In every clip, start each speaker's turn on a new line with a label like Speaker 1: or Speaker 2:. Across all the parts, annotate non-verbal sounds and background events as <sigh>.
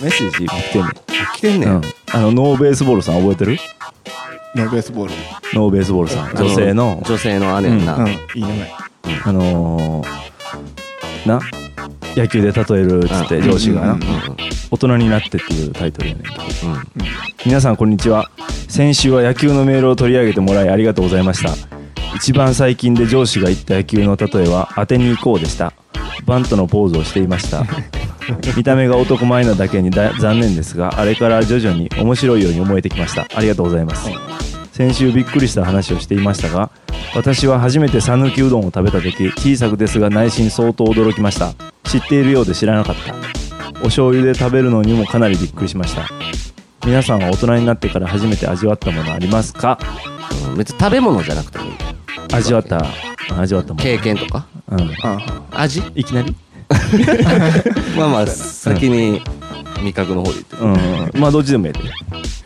Speaker 1: メッセージ来てんね
Speaker 2: 来てんね
Speaker 1: ん、うんん、あのノーベースボールさん覚えてる
Speaker 2: ノーベースボール
Speaker 1: ノーベースボールさん
Speaker 3: あの
Speaker 1: 女性の
Speaker 3: 女性の姉やんな、
Speaker 2: うんいい名前
Speaker 1: あのーな野球で例えるっつって
Speaker 3: うん
Speaker 1: 上司がな、
Speaker 2: うん
Speaker 1: 大人になってっていうタイトルやねんけど皆さんこんにちは先週は野球のメールを取り上げてもらいありがとうございました一番最近で上司が言った野球の例えは当てに行こうでしたバントのポーズをしていました
Speaker 2: <laughs>
Speaker 1: 見た目が男前なだけにだ残念ですがあれから徐々に面白いように思えてきましたありがとうございます先週びっくりした話をしていましたが私は初めて讃岐うどんを食べた時小さくですが内心相当驚きました知っているようで知らなかったお醤油で食べるのにもかなりびっくりしました皆さんは大人になってから初めて味わったものありますか
Speaker 3: うんうん、別に食べ物じゃなくてもいい
Speaker 1: 味わった味わったも
Speaker 3: 経験とか
Speaker 1: の、うん、
Speaker 2: あ
Speaker 3: 味
Speaker 1: いきなり
Speaker 3: まあまあ先に味覚の方で言って
Speaker 1: うんまあどっちでもええで、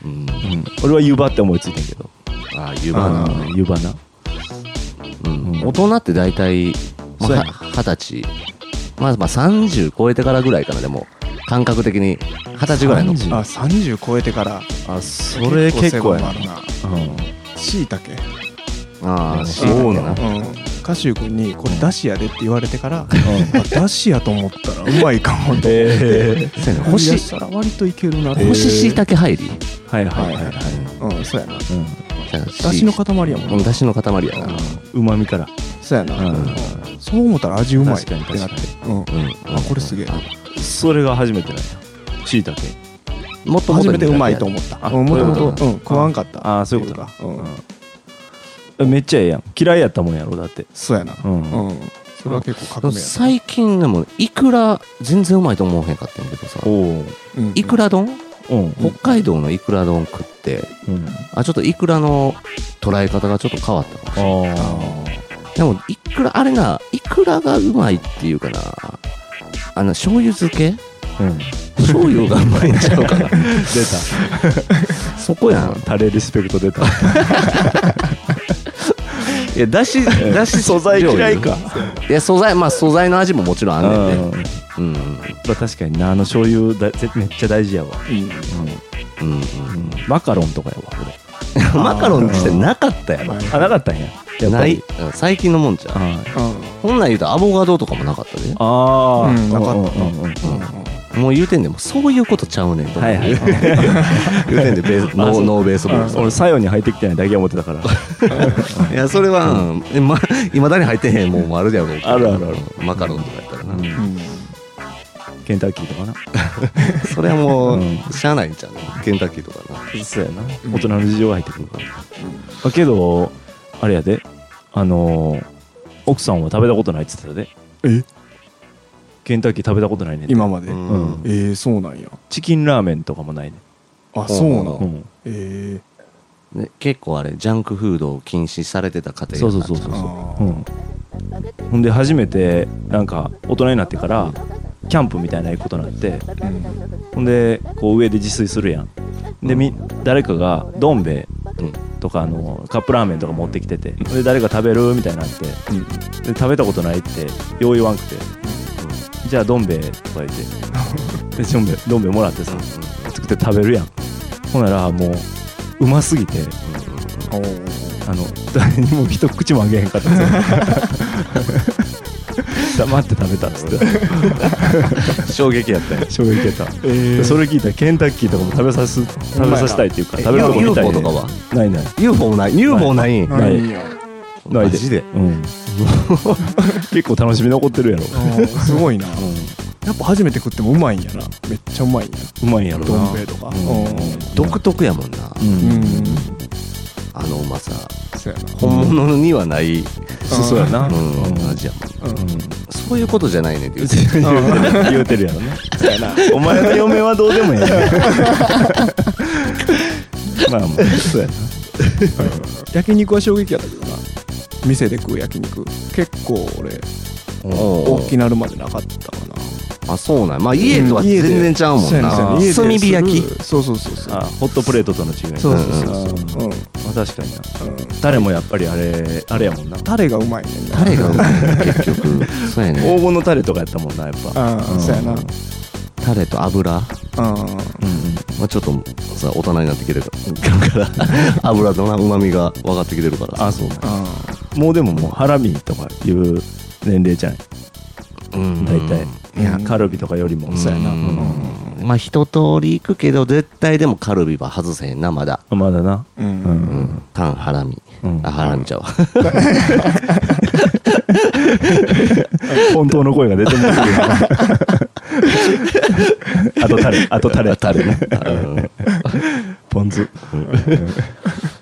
Speaker 3: うん
Speaker 1: うん、俺は湯葉って思いついてんけど
Speaker 3: ああ湯葉な
Speaker 1: うん湯葉な
Speaker 3: うん大人って大体ま
Speaker 1: そうや
Speaker 3: あ
Speaker 1: な
Speaker 3: は二十歳まあまあ30超えてからぐらいかなでも感覚的に二十歳ぐらいの
Speaker 1: 30
Speaker 2: あ30超えてから
Speaker 1: あそれ結構やな
Speaker 2: 結狭いのある
Speaker 1: うん
Speaker 2: なしいたけ
Speaker 3: ああ
Speaker 1: そうなの
Speaker 2: うん歌手君に「これだしやで」って言われてから「だしやと思ったらうまいかも」と
Speaker 1: え
Speaker 2: 干したら割といけるなと
Speaker 3: 干し椎茸入り
Speaker 1: ー、はいはいはいはい、
Speaker 2: うんそうやなだ
Speaker 3: だ
Speaker 2: しの塊やもんな
Speaker 3: だしの塊やな
Speaker 1: うんうまみから
Speaker 2: そうやな
Speaker 1: うん
Speaker 2: うんそう思ったら味うまいってなって
Speaker 1: 確かに確
Speaker 2: うん
Speaker 3: うん
Speaker 2: あこれすげえ
Speaker 1: それが初めてなんやしいたけ
Speaker 3: もっともっ
Speaker 2: 初
Speaker 3: と
Speaker 2: めてうまいと思った
Speaker 1: あ
Speaker 2: うんもと
Speaker 3: そういう
Speaker 2: も
Speaker 3: こと
Speaker 2: うん食わんかった
Speaker 1: あーそういうこと
Speaker 2: っていうかうん
Speaker 1: めっちゃええやん嫌いやったもんやろだって
Speaker 2: そうやな
Speaker 1: う
Speaker 2: うんんそれは結構革命やな
Speaker 3: 最近でもいくら全然うまいと思わへんかったんやけどさ
Speaker 1: おお
Speaker 2: うん
Speaker 3: いくら丼
Speaker 1: うん
Speaker 3: 北海道のいくら丼食って
Speaker 1: うん
Speaker 3: あちょっといくらの捉え方がちょっと変わったかもしれない
Speaker 1: あ
Speaker 3: でも、いくら、あれな、いくらがうまいっていうかな、あの、醤油漬け
Speaker 1: あうん
Speaker 3: 醤油がうまいんち <laughs> ゃうかな。
Speaker 1: 出た
Speaker 3: そこやん。
Speaker 1: タレリスペクト出た
Speaker 3: いや、だし、だし
Speaker 1: 素材嫌い
Speaker 3: 醤
Speaker 1: か
Speaker 3: 油。いや、素材、まあ、素材の味ももちろんあんねんね。
Speaker 1: うん
Speaker 3: うん。
Speaker 1: まあ、確かになあの醤油だぜめっちゃ大事やわ、
Speaker 2: うん
Speaker 3: うん。うん
Speaker 1: うんマカロンとかやわ
Speaker 3: マカロンってなかったやろ。
Speaker 1: 俺あなかったんややっぱ
Speaker 3: な
Speaker 1: り
Speaker 3: い。最近のもんじゃん。
Speaker 1: あ
Speaker 2: う
Speaker 3: ほんなん言うとアボカドとかもなかったで。
Speaker 1: あー
Speaker 2: うんなかった
Speaker 1: うんうんうん
Speaker 2: んうん
Speaker 3: もう言うてんでも、そういうことちゃうねんと思う。
Speaker 1: はいはい
Speaker 3: 言うてんで、ベ <laughs> ース、ノ
Speaker 1: あそ
Speaker 3: ー
Speaker 1: う
Speaker 3: ノーベースボールさ
Speaker 1: <laughs>
Speaker 3: ん
Speaker 1: 俺作用に入ってきてないだけ思ってたから
Speaker 3: いやそれは、うんえま、いまだに入ってへんもんもあるやろうけど
Speaker 1: あるあるある
Speaker 3: マカロンとかやったらな、
Speaker 1: うん
Speaker 2: うん
Speaker 1: ケンタッキーとかな
Speaker 3: それはもう、
Speaker 1: うん
Speaker 3: しゃあないんちゃうのケンタッキーとかな
Speaker 1: そうやな大人の事情が入ってくるから、だけどあれやであのー奥さんは食べたことないって言ってたで
Speaker 2: え
Speaker 1: ケンタッキー食べたことないねんて
Speaker 2: 今まで
Speaker 3: うん
Speaker 1: うん
Speaker 2: えーそうなんや
Speaker 1: チキンラーメンとかもないね
Speaker 2: あそうなん
Speaker 1: ん、うん、
Speaker 2: ええ
Speaker 3: ね結構あれジャンクフードを禁止されてた家庭
Speaker 1: そうそうそうそう
Speaker 2: あ
Speaker 1: そ
Speaker 2: ー
Speaker 1: う、うん、ほんで初めてなんか大人になってからキャンプみたいな行くことになってほんでこう上で自炊するやんでみ誰かがどん兵衛
Speaker 3: うん
Speaker 1: とかあのカップラーメンとか持ってきててで誰か食べるみたいになってで食べたことないってよう言わんくて、じゃあどん兵衛とか言ってでどん兵衛どん兵衛もらってさ作って食べるやんほんならもううますぎて
Speaker 2: おー
Speaker 1: あの誰にも一口もあげへんかったんですよ
Speaker 2: <laughs>
Speaker 1: 黙って食べたっつって
Speaker 3: 衝撃やったよ
Speaker 1: 衝撃やった、
Speaker 2: えー
Speaker 1: でそれ聞いたらケンタッキーとかも食べさす食べさせたいっていうか
Speaker 3: え
Speaker 1: 食べるとこみたい
Speaker 3: UFO
Speaker 1: で
Speaker 3: とかは
Speaker 1: ないない
Speaker 3: UFO もない UFO ないん
Speaker 1: ない
Speaker 2: なんや
Speaker 1: ないで
Speaker 3: マジで
Speaker 1: うん
Speaker 2: <laughs>
Speaker 1: 結構楽しみ残ってるやろ、
Speaker 2: あーすごいな
Speaker 1: うん、
Speaker 2: やっぱ初めて食ってもうまいんやなめっちゃうまいんや
Speaker 1: うまいんやろ
Speaker 2: ど
Speaker 1: なん
Speaker 2: 兵衛とか
Speaker 1: うん
Speaker 3: 独特やもんな、
Speaker 1: うん
Speaker 2: うん
Speaker 3: あのうまさ
Speaker 2: そうやな
Speaker 3: 本物にはない、
Speaker 1: そうそうやな、
Speaker 3: うん
Speaker 1: うん
Speaker 3: 味やもん
Speaker 2: うん
Speaker 3: そういうことじゃないねって言うて
Speaker 1: 言うてる言うてるやろねお前の嫁はどうでもいい <laughs> まあまあそうやな
Speaker 2: 焼肉は衝撃やったけどな店で食う焼肉結構俺
Speaker 3: おう
Speaker 2: 大きなるまでなかったかな
Speaker 3: あそうなんまあ家とは全然ちゃうもん
Speaker 2: そやねそや
Speaker 3: な
Speaker 2: ね家でする
Speaker 3: 炭火焼き
Speaker 2: そうそうそうそう
Speaker 1: あホットプレートとの違いね
Speaker 2: そうそうそうそう
Speaker 1: うん
Speaker 2: うん
Speaker 1: まあ、確かにな
Speaker 2: うん
Speaker 1: タレもやっぱりあれあれやもんな
Speaker 2: タレがうまいねんな
Speaker 3: タ
Speaker 1: <laughs>
Speaker 3: レがうまいね結局そうやね
Speaker 1: 黄金のタレとかやったもんなやっぱ
Speaker 2: ああそうやな
Speaker 3: タレと油
Speaker 2: あ
Speaker 3: まあ、ちょっとさ大人になってきてるから
Speaker 1: <laughs>
Speaker 3: 油のうまみが分かってきてるからさ
Speaker 1: あそう
Speaker 2: あ
Speaker 1: もうでももうハラミとかいう年齢じゃない
Speaker 3: うん
Speaker 1: 大体
Speaker 2: いや
Speaker 1: カルビとかよりもそうやな
Speaker 3: うんまあ一通り行くけど絶対でもカルビは外せへんなまだ
Speaker 1: うんまだなう
Speaker 2: う
Speaker 1: ん
Speaker 3: うんんタンハラミ
Speaker 1: うん
Speaker 3: あハラミちゃうわ
Speaker 1: <laughs> 本当の声が出てない <laughs> あとタレあとタレ
Speaker 3: <laughs> タレねうん
Speaker 1: ポン酢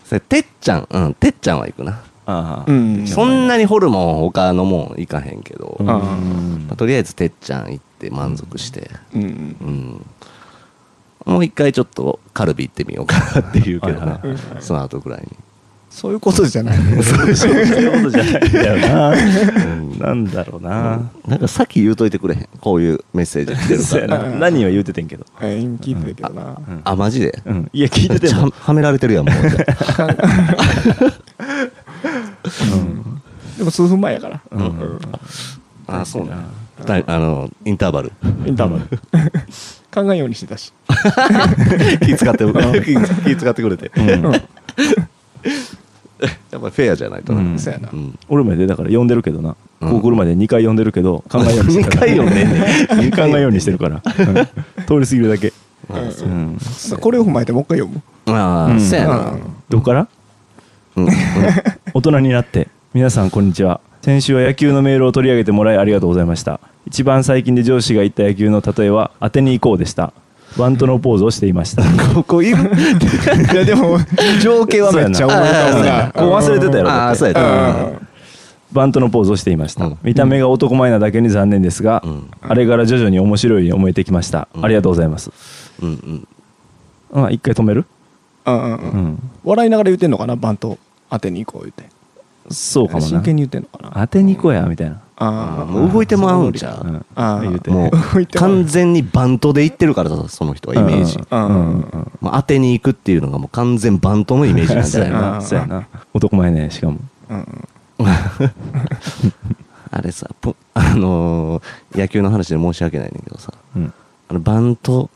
Speaker 3: それてっちゃんうんてっちゃんは行くな
Speaker 1: ああ
Speaker 2: うん
Speaker 3: そんなにホルモン他のもん行かへんけど
Speaker 1: うん
Speaker 2: あ
Speaker 3: まあとりあえずてっちゃん行って満足して
Speaker 2: うん
Speaker 3: うんもう一回ちょっとカルビ行ってみようかなっていうけどなその後ぐらい
Speaker 2: そういうことじゃない
Speaker 1: そういうことじゃないんだよ
Speaker 3: にうん
Speaker 1: ななんだろうな
Speaker 3: なんかさっき言うといてくれへんこういうメッセージ来てる
Speaker 1: そうや
Speaker 3: か
Speaker 1: な
Speaker 3: ら
Speaker 1: 何を言うててんけど
Speaker 2: はい今聞いてるけどな
Speaker 1: うん
Speaker 3: あマジで
Speaker 1: うんいや聞
Speaker 3: め
Speaker 1: い
Speaker 3: ってち
Speaker 1: て
Speaker 3: ゃ
Speaker 1: も
Speaker 3: はめられてるやんもう
Speaker 2: でも数分前やから
Speaker 1: うん
Speaker 2: うん
Speaker 3: あそうなだあのインターバル
Speaker 2: インターバル考えんようにしてたし
Speaker 3: 気使って気使ってくれて
Speaker 1: うん
Speaker 2: うん
Speaker 3: やっぱりフェアじゃないとな
Speaker 1: うん
Speaker 2: そうやな
Speaker 3: うん
Speaker 1: 俺もやでだから呼んでるけどな
Speaker 3: うん
Speaker 1: ここ来るまで2回呼んでるけど考えようにしてるから
Speaker 3: 二回呼んでんね
Speaker 1: 二回 <laughs> 考えようにしてるからうん通り過ぎるだけ
Speaker 2: うん
Speaker 1: うん
Speaker 2: さこれを踏まえてもう一回読む
Speaker 3: あ
Speaker 1: う
Speaker 3: あ
Speaker 1: ん
Speaker 3: そうやな
Speaker 2: うん
Speaker 1: どこから
Speaker 3: うん
Speaker 1: 大人になって皆さんこんにちは先週は野球のメールを取り上げてもらいありがとうございました一番最近で上司が言った野球の例えは当てに行こうでしたバントのポーズをしていました
Speaker 3: ここいる
Speaker 2: いやでも情景はめっちゃ思い浮
Speaker 1: あ
Speaker 2: かぶな
Speaker 1: そうやなもう忘れてたよ
Speaker 3: ああそうやな
Speaker 2: うん
Speaker 1: バントのポーズをしていました、
Speaker 3: うん
Speaker 1: 見た目が男前なだけに残念ですが、
Speaker 3: うん
Speaker 1: あれから徐々に面白いように思えてきました、
Speaker 3: うん
Speaker 1: ありがとうございます
Speaker 3: うんうん
Speaker 1: あ一回止める、
Speaker 2: うんうんう
Speaker 1: うんん、
Speaker 2: 笑いながら言ってんのかなバント当てに行こう言って
Speaker 1: そうかも
Speaker 2: 真
Speaker 1: な
Speaker 2: 剣に言ってんのかな
Speaker 1: 当てに行こうやみたいな、
Speaker 3: ああ
Speaker 2: あ
Speaker 3: もう動いてもらうんちゃ
Speaker 1: う
Speaker 3: うん
Speaker 2: あー
Speaker 1: 言うて <laughs>
Speaker 3: <laughs> も
Speaker 2: 動いうてもらう
Speaker 3: 完全にバントでいってるからさその人はイメージ
Speaker 1: うんうんうん
Speaker 3: もう当てに行くっていうのがもう完全バントのイメージなんじ
Speaker 1: そう
Speaker 3: ゃ
Speaker 1: や
Speaker 3: ない
Speaker 1: な <laughs> そうやな男前ねしかも
Speaker 2: あうん
Speaker 3: <laughs> あれさぽあのー野球の話で申し訳ないねんだけどさ
Speaker 1: うん
Speaker 3: あのバント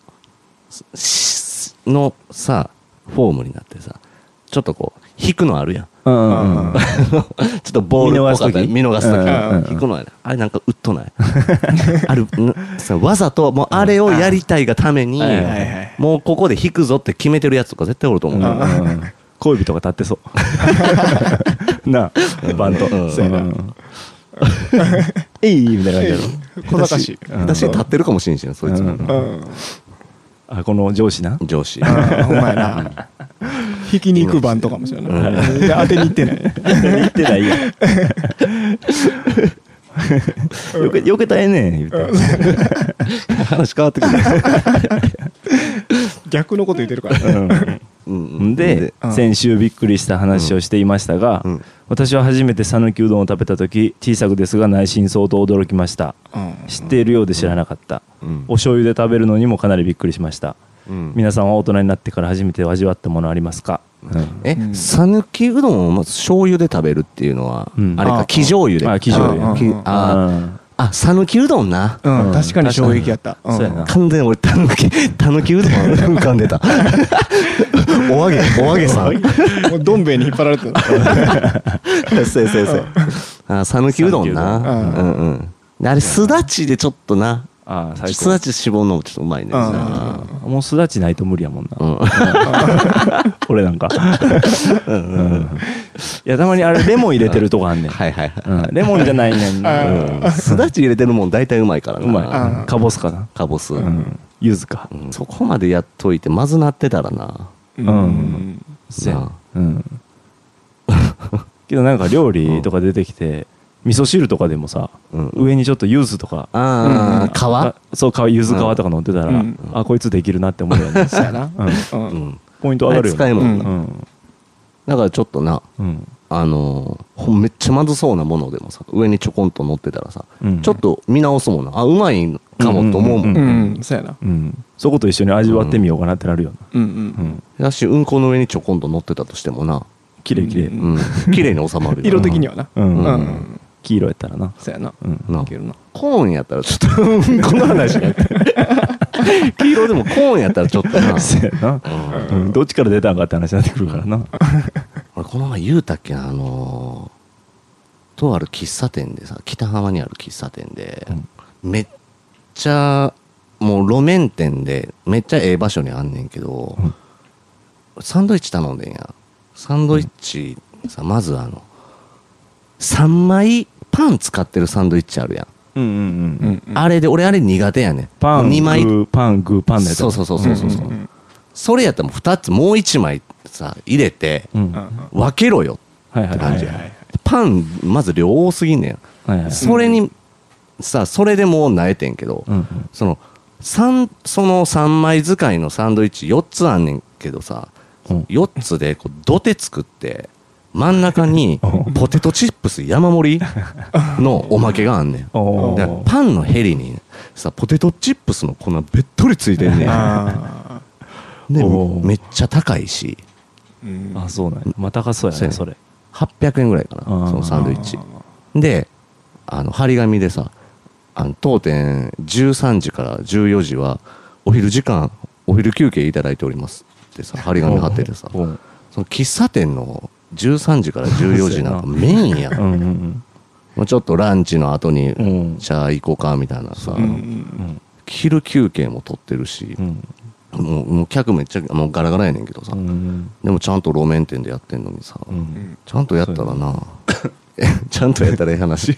Speaker 3: しのさフォームになってさちょっとこう引くのあるやん
Speaker 1: うんうんうん
Speaker 2: うん
Speaker 3: <laughs> ちょっとボールっぽかったり見
Speaker 1: 見
Speaker 3: 逃
Speaker 1: 逃
Speaker 3: す
Speaker 1: す
Speaker 3: 時
Speaker 1: 時うん
Speaker 3: 引くのあるあれなんか打っとない <laughs> あるんさわざともうあれをやりたいがために
Speaker 1: はいはい
Speaker 2: はい
Speaker 3: もうここで引くぞって決めてるやつとか絶対おると思う、
Speaker 1: うんうんうん恋人が立ってそう <laughs> なあバント
Speaker 3: うん
Speaker 1: そうやな「 <laughs> えい!」みたいな感じやろ
Speaker 2: 小賢しい
Speaker 1: うん
Speaker 3: 私立ってるかもしれんしなそいつ
Speaker 1: う
Speaker 3: も、
Speaker 1: ん
Speaker 2: うん
Speaker 1: あこの上司な
Speaker 3: 上司
Speaker 2: あほんまやな引きに行くバントかもしれないで当てに行ってない
Speaker 1: 言ってないやん <laughs> よけよけたええねん言うて
Speaker 3: 話変わってくる
Speaker 2: 逆のこと言ってるから
Speaker 3: うん
Speaker 1: で、
Speaker 2: うん
Speaker 1: 先週びっくりした話をしていましたが、
Speaker 3: うん
Speaker 1: 私は初めて讃岐うどんを食べた時小さくですが内心相当驚きました知っているようで知らなかった、
Speaker 3: うん
Speaker 1: お醤油で食べるのにもかなりびっくりしました、
Speaker 3: うん
Speaker 1: 皆さんは大人になってから初めて味わったものありますか、うん
Speaker 3: え
Speaker 2: うん
Speaker 3: 讃岐うどんをまず醤油で食べるっていうのは、
Speaker 1: うん
Speaker 3: あれ
Speaker 2: あ
Speaker 3: か
Speaker 2: あ
Speaker 3: 生醤油で
Speaker 1: あ生醤油
Speaker 3: き
Speaker 2: うんうんうん
Speaker 3: あああ讃岐うどんな、
Speaker 2: うん
Speaker 1: うん
Speaker 2: 確かに衝撃やった
Speaker 1: 確かにそうやな
Speaker 3: 完全に俺たぬきたぬきうどん <laughs> 浮かんでたお揚げお揚げさん
Speaker 2: <laughs> もうどん兵衛に引っ張られてた
Speaker 1: <laughs>
Speaker 3: そうそうそうあ讃岐うどんな
Speaker 2: 讃岐
Speaker 3: う
Speaker 2: うん
Speaker 3: うんであれすだちでちょっとな
Speaker 1: ああ最
Speaker 3: すだ
Speaker 1: 高
Speaker 3: ち絞るのもちょっとうまいねんな
Speaker 1: もうすだちないと無理やもんな、
Speaker 3: <laughs> うん
Speaker 1: 俺なんか <laughs> うんいやたまにあれレモン入れてるとこあんねん、
Speaker 3: はいはいはい
Speaker 1: うん、レモンじゃないねんな
Speaker 2: あ
Speaker 1: うん
Speaker 3: すだち入れてるもん大体うまいからな
Speaker 1: うま
Speaker 2: ん
Speaker 1: いかぼすかな
Speaker 3: かぼす、
Speaker 1: うん柚子か
Speaker 3: うんそこまでやっといてまずなってたらな
Speaker 2: う
Speaker 1: うんせやうん、けどなんか料理とか出てきて、味噌汁とかでもさ、
Speaker 3: うん
Speaker 1: 上にちょっと柚子とか
Speaker 3: ああ、
Speaker 1: あそう皮柚子皮とか乗ってたら、
Speaker 2: うん
Speaker 1: あこいつできるなって思うよね、 <laughs>
Speaker 2: そうやな
Speaker 1: う
Speaker 2: うん
Speaker 3: 皮うん。
Speaker 1: ポイント
Speaker 3: あ
Speaker 1: 上が
Speaker 3: れ
Speaker 1: るよ
Speaker 3: 使え
Speaker 1: ね
Speaker 3: んもんな。
Speaker 1: うん
Speaker 3: だからちょっとな、
Speaker 1: うん
Speaker 3: あのーほんめっちゃまずそうなものでもさ、上にちょこんと乗ってたらさ、
Speaker 1: うん
Speaker 3: ちょっと見直すもんな。あ、うまいんかもと思うもん。
Speaker 1: うん
Speaker 2: う
Speaker 1: うん
Speaker 2: そうやな
Speaker 1: うんそこと一緒に味わってみようかなってなるよな、
Speaker 2: うんう
Speaker 1: うんん、
Speaker 3: だし、うんこの上にちょこんと乗ってたとしてもな、
Speaker 1: きれいきれい、
Speaker 2: うん
Speaker 3: うん、
Speaker 2: <laughs>
Speaker 3: 綺麗に収まるよな
Speaker 2: 色的にはな
Speaker 1: うん
Speaker 2: うん
Speaker 1: 黄色やったらな、
Speaker 2: そうやな
Speaker 1: うん、
Speaker 3: な
Speaker 2: けるな
Speaker 3: コーンやったらちょっと、うんこの話やって。黄色でもコーンやったらちょっと
Speaker 2: <laughs>
Speaker 1: <laughs>
Speaker 3: な、
Speaker 1: そうやな、
Speaker 3: うん
Speaker 1: うん、どっちから出たんかって話になってくるからな
Speaker 3: 俺この前言うたっけなあのーとある喫茶店でさ北浜にある喫茶店で、めっちゃもう路面店でめっちゃええ場所にあんねんけど、
Speaker 1: うん
Speaker 3: サンドイッチ頼んでんやサンドイッチさまずあの3枚パン使ってるサンドイッチあるやん、
Speaker 1: うんうんうん、
Speaker 2: あ
Speaker 3: あれで俺あれ苦手やねん
Speaker 1: パン
Speaker 3: 2枚
Speaker 1: グーパングーパンのやつ
Speaker 3: そうそうそうそうそう、
Speaker 1: んん
Speaker 3: それやったらもう2つもう1枚さ入れて
Speaker 1: うん、は
Speaker 2: あ
Speaker 3: 分けろよ
Speaker 1: いはい
Speaker 3: 感
Speaker 1: は
Speaker 3: じ
Speaker 1: い
Speaker 3: やパンまず量多すぎんね
Speaker 1: はいはい
Speaker 3: んそれにさそれでもう慣れてんけど、
Speaker 1: うんうん
Speaker 3: その三その3枚使いのサンドイッチ4つあんねんけどさ
Speaker 1: うん
Speaker 3: 4つでこう土手作って真ん中に
Speaker 1: うん
Speaker 3: ポテトチップス山盛りのおまけがあんねん
Speaker 1: お
Speaker 3: だから
Speaker 1: ー
Speaker 3: パンのヘリにさポテトチップスの粉べっとりついてんねん
Speaker 2: あ
Speaker 3: で
Speaker 1: おー
Speaker 3: めっちゃ高いし
Speaker 2: ーうん
Speaker 1: あそうなんやまあ高そうやね
Speaker 3: そ
Speaker 1: そうれ
Speaker 3: 800円ぐらいかな
Speaker 1: あー
Speaker 3: そのサンドイッチであの張り紙でさあの当店13時から14時はお昼時間お昼休憩いただいておりますってさ張り紙貼っててさ
Speaker 1: うんうん
Speaker 3: その喫茶店の13時から14時なんかメインや
Speaker 1: うんんうん
Speaker 3: もうちょっとランチの後に
Speaker 1: うん
Speaker 3: じゃあ行こうかみたいなさ
Speaker 2: うん
Speaker 1: うん
Speaker 3: 昼休憩も取ってるし
Speaker 1: うん
Speaker 3: もうもう客めっちゃもうガラガラやねんけどさ
Speaker 1: うん
Speaker 3: でもちゃんと路面店でやってんのにさ
Speaker 1: うん
Speaker 2: うん
Speaker 3: ちゃんとやったら <laughs> なちゃんとやったらええ話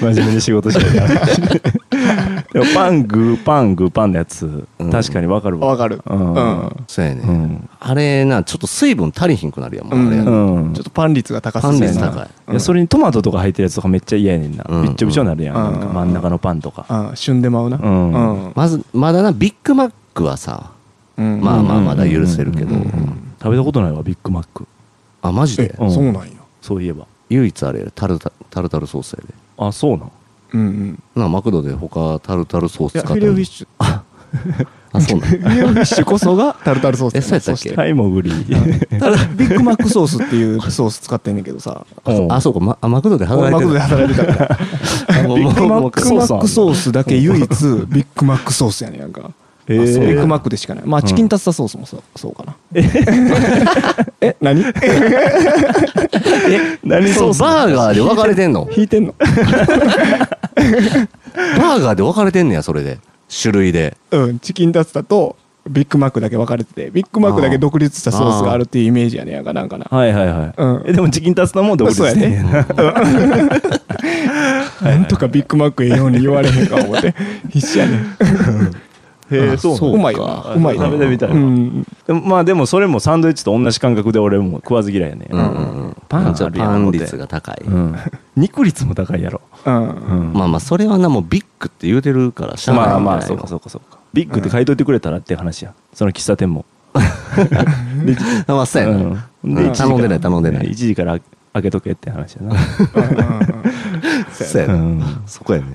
Speaker 1: 真面目に仕事しないからでもパングーパングーパンのやつ、
Speaker 3: うん
Speaker 1: 確かにわかるわ
Speaker 2: わかる
Speaker 1: う
Speaker 2: うん
Speaker 1: ん
Speaker 3: そうやね、
Speaker 1: うん
Speaker 3: あれなちょっと水分足りひんくなるやんもうあれや
Speaker 1: う
Speaker 3: な、
Speaker 1: ん
Speaker 2: ちょっとパン率が高
Speaker 3: パ
Speaker 2: すぎ
Speaker 3: ン
Speaker 2: る
Speaker 3: 率
Speaker 2: な
Speaker 3: 高い
Speaker 1: いやそれにトマトとか入ってるやつとかめっちゃ嫌やねんな、
Speaker 3: うん
Speaker 1: びっちょびちょになるやん,、
Speaker 2: うん
Speaker 1: なんか真ん中のパンとか、
Speaker 2: あー旬でまうな
Speaker 1: うん
Speaker 2: うん
Speaker 3: まずまだなビッグマックはさ、
Speaker 2: うん
Speaker 3: まあまあ
Speaker 1: うん
Speaker 3: まだ許せるけど、
Speaker 1: うん食べたことないわビッグマック
Speaker 3: あマジで
Speaker 2: えそうなんや
Speaker 1: そういえば
Speaker 3: 唯一あれやタルタタルタルソースやで
Speaker 1: あそうなん
Speaker 2: うんうん
Speaker 3: なマクドで他タルタルソース
Speaker 2: い
Speaker 3: 使
Speaker 2: や
Speaker 3: って
Speaker 2: フィレオフィッシュ
Speaker 3: あそうなん
Speaker 2: フィレオフィッシュこそがタルタルソース
Speaker 3: えそうやったっけ
Speaker 1: はいもぐり
Speaker 2: ただビッグマックソースっていうソース使ってんねんけどさ
Speaker 3: あそうか、ま、あマクドで
Speaker 2: 俺
Speaker 3: 働い
Speaker 2: マ
Speaker 3: て
Speaker 2: クドで
Speaker 3: る
Speaker 2: 働いてたから
Speaker 3: あ
Speaker 1: <laughs>
Speaker 3: もう
Speaker 1: ビッグマ
Speaker 3: もう
Speaker 1: ッ
Speaker 2: ビ
Speaker 1: ク
Speaker 2: ッグマック
Speaker 1: ソ
Speaker 2: ソースだけ唯一ビッグマックソースやねんやんか
Speaker 1: えー
Speaker 2: あそうビッグマックでしかないまあチキンタツタソースもそうそうかなえ何
Speaker 1: 何
Speaker 3: そ
Speaker 1: ソー
Speaker 3: う
Speaker 1: ス
Speaker 3: バーガーで分かれてんの
Speaker 2: 引いてんの
Speaker 3: バーガーで分かれてんねやそれで種類で
Speaker 2: うんチキンタツタとビッグマックだけ分かれててビッグマックだけ独立したソースがあるっていうイメージやねんやんかなんかな
Speaker 1: はいはいはい、
Speaker 2: うん
Speaker 1: えでもチキンタツタもんで俺です
Speaker 2: そうやなん <laughs> とかビッグマックええように言われへんか思
Speaker 1: <laughs>
Speaker 2: って必死やねん
Speaker 1: へえそう
Speaker 3: そ
Speaker 1: な
Speaker 3: う
Speaker 1: ん
Speaker 2: うまいよなうまいよ
Speaker 1: 食べてみたいな、
Speaker 2: うん
Speaker 1: でもまあでもそれもサンドイッチと同じ感覚で俺も食わず嫌いやね、
Speaker 3: うんうんうん
Speaker 1: パンあるやん
Speaker 3: ちょっとパン率が高い、
Speaker 1: うん肉率も高いやろ、
Speaker 2: うん
Speaker 1: うん
Speaker 3: まあまあそれはなもうビッグって言うてるからしゃあない
Speaker 1: まあまあ
Speaker 3: んじゃない
Speaker 1: そ
Speaker 3: の
Speaker 1: うかそうかそうかビッグって書いといてくれたらって話やその喫茶店も
Speaker 3: <laughs> あまあそうやな、
Speaker 1: うん
Speaker 3: うん
Speaker 1: 一時から
Speaker 3: 頼んでない頼んでない
Speaker 1: 1時から開けとけって話やな
Speaker 2: うんうんうん
Speaker 3: そう
Speaker 1: <laughs>
Speaker 3: や
Speaker 1: う
Speaker 3: な、
Speaker 1: ん
Speaker 3: そこやね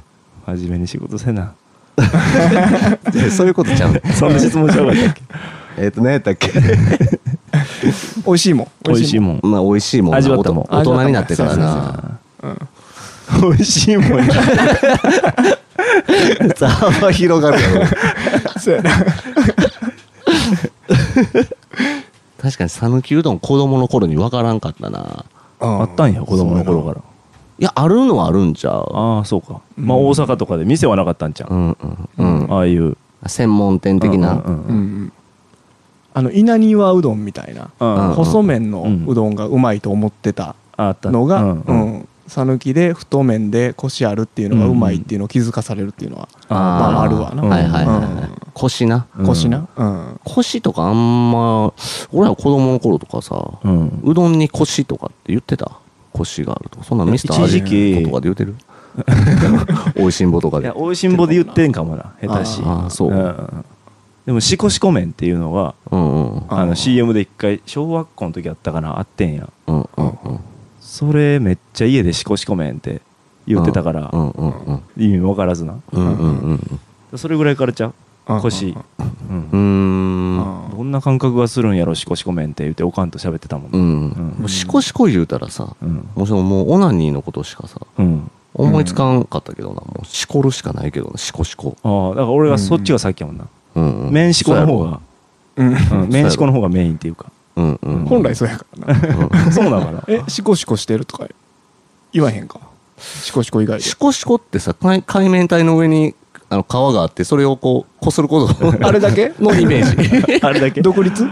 Speaker 1: 真面目に仕事せな
Speaker 3: でそういうことちゃうねん
Speaker 1: そんな質問しゃべったっけ
Speaker 3: えっと何やったっけ
Speaker 2: 美味しいもん
Speaker 1: <laughs> 美味しいもん
Speaker 3: まあ美味しいもんな
Speaker 1: 味わったもん
Speaker 3: 大人になってか
Speaker 1: <laughs>
Speaker 3: らな
Speaker 1: 美味しいもんや
Speaker 3: ざわ広がるやろ
Speaker 2: そうやな
Speaker 3: 確かに讃岐うどん子供の頃に分からんかったな
Speaker 1: <laughs> あったんや子供の頃から
Speaker 3: いやあるのはあるんちゃう
Speaker 1: ああそうかまあ大阪とかで店はなかったんちゃ
Speaker 3: う
Speaker 1: うん
Speaker 3: うんうん
Speaker 1: ああいう
Speaker 3: 専門店的な、
Speaker 1: うんうん
Speaker 2: う
Speaker 1: うん
Speaker 2: んあの稲庭うどんみたいな
Speaker 1: うん
Speaker 2: 細麺のうどんがうまいと思ってた
Speaker 1: あった
Speaker 2: のが
Speaker 1: うんうん
Speaker 2: うん讃岐で太麺でコシあるっていうのがうまいっていうのを気づかされるっていうのは
Speaker 1: あ
Speaker 2: まあ
Speaker 3: ー
Speaker 2: あるわな
Speaker 3: はいはいはい、は
Speaker 2: うん
Speaker 3: い、腰な
Speaker 1: うん
Speaker 2: コシなうん
Speaker 3: 腰とかあんま俺ら子供の頃とかさ、
Speaker 1: うん
Speaker 3: うどんに腰とかって言ってた腰があるとかそんなミスター
Speaker 1: 一時期
Speaker 3: 味のことかで言ってる <laughs> おいしんぼとか
Speaker 1: い
Speaker 3: で
Speaker 1: や美味しんぼで言ってんかもな下手し
Speaker 3: ああそう、
Speaker 1: んでもしこしこ麺っていうのは
Speaker 3: うんうん
Speaker 1: あ
Speaker 2: あ
Speaker 1: の
Speaker 2: ー
Speaker 1: CM で一回小学校の時あったかなあってんや
Speaker 3: うんうんうん
Speaker 1: それめっちゃ家でしこしこ麺って言ってたから
Speaker 3: うんうんうん
Speaker 1: 意味分からずな
Speaker 3: うんうんうん
Speaker 1: それぐらいからちゃう
Speaker 2: うん
Speaker 1: 腰
Speaker 3: う
Speaker 1: うん
Speaker 2: うん
Speaker 3: ん
Speaker 1: どんな感覚がするんやろしこしこ麺って言っておかんと喋ってたもん
Speaker 3: う
Speaker 1: なん
Speaker 3: もうしこしこ言うたらさ
Speaker 1: うん
Speaker 3: もうそのもうオナニーのことしかさ
Speaker 1: うん
Speaker 3: 思いつかんかったけどな、もうしこるしかないけどなしこしこ
Speaker 1: ああだから俺はそっちが先やもんな、
Speaker 3: うんうん
Speaker 1: メンシコの方が
Speaker 2: うん
Speaker 1: うんメンシコの方がメインっていうか
Speaker 3: うんうん
Speaker 2: 本来そうやから <laughs> な
Speaker 1: そうなのかな
Speaker 2: えシコシコしてるとか言わへんかシコシコ以外で
Speaker 3: シコシコってさ海海面体の上にあの川があってそれをこうこすること
Speaker 2: あれだ <laughs> け
Speaker 3: のイメージ
Speaker 1: <laughs> あれだけ
Speaker 2: 独立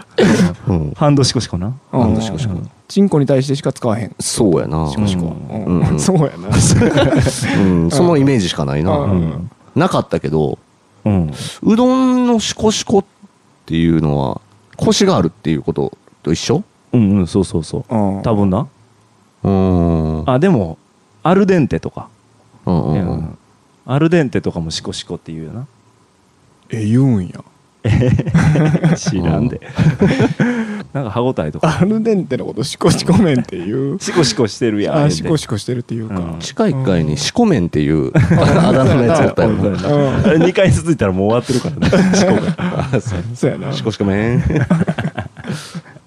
Speaker 3: うん
Speaker 1: ハンドシコシコな
Speaker 2: うん
Speaker 3: シコシコ
Speaker 2: チンコに対してしか使わへん
Speaker 3: そうやな
Speaker 2: シコシコ
Speaker 1: う
Speaker 3: うん
Speaker 2: うんそうや
Speaker 3: <laughs>
Speaker 2: な
Speaker 3: うんそのイメージしかない
Speaker 2: うん
Speaker 1: う
Speaker 3: なんなかったけど
Speaker 1: うん
Speaker 3: うどんのシコシコっていうのはコシがあるっていうことと一緒
Speaker 1: うんうんそうそうそう
Speaker 2: うん
Speaker 1: 多分な
Speaker 3: うーんうん
Speaker 1: あでもアルデンテとか
Speaker 3: うん
Speaker 1: う
Speaker 3: うん
Speaker 1: んアルデンテとかもシコシコって言うよな
Speaker 2: え言うんや
Speaker 1: 知らんでなんか歯応えとか
Speaker 2: アルデンテのことシコシコ麺って
Speaker 3: <laughs>
Speaker 2: いう
Speaker 1: シコシコしてるやん
Speaker 2: あ
Speaker 1: 言うて
Speaker 2: シコシコしてるっていう
Speaker 1: う
Speaker 2: か
Speaker 1: ん
Speaker 3: 地下1階にシコメンっていうあだ名のやつあったよ
Speaker 1: そう <laughs>
Speaker 3: な
Speaker 1: やなあれ2回続いたらもう終わってるからねシコが
Speaker 2: そうやな
Speaker 3: シコシ
Speaker 1: <laughs>
Speaker 3: コメンで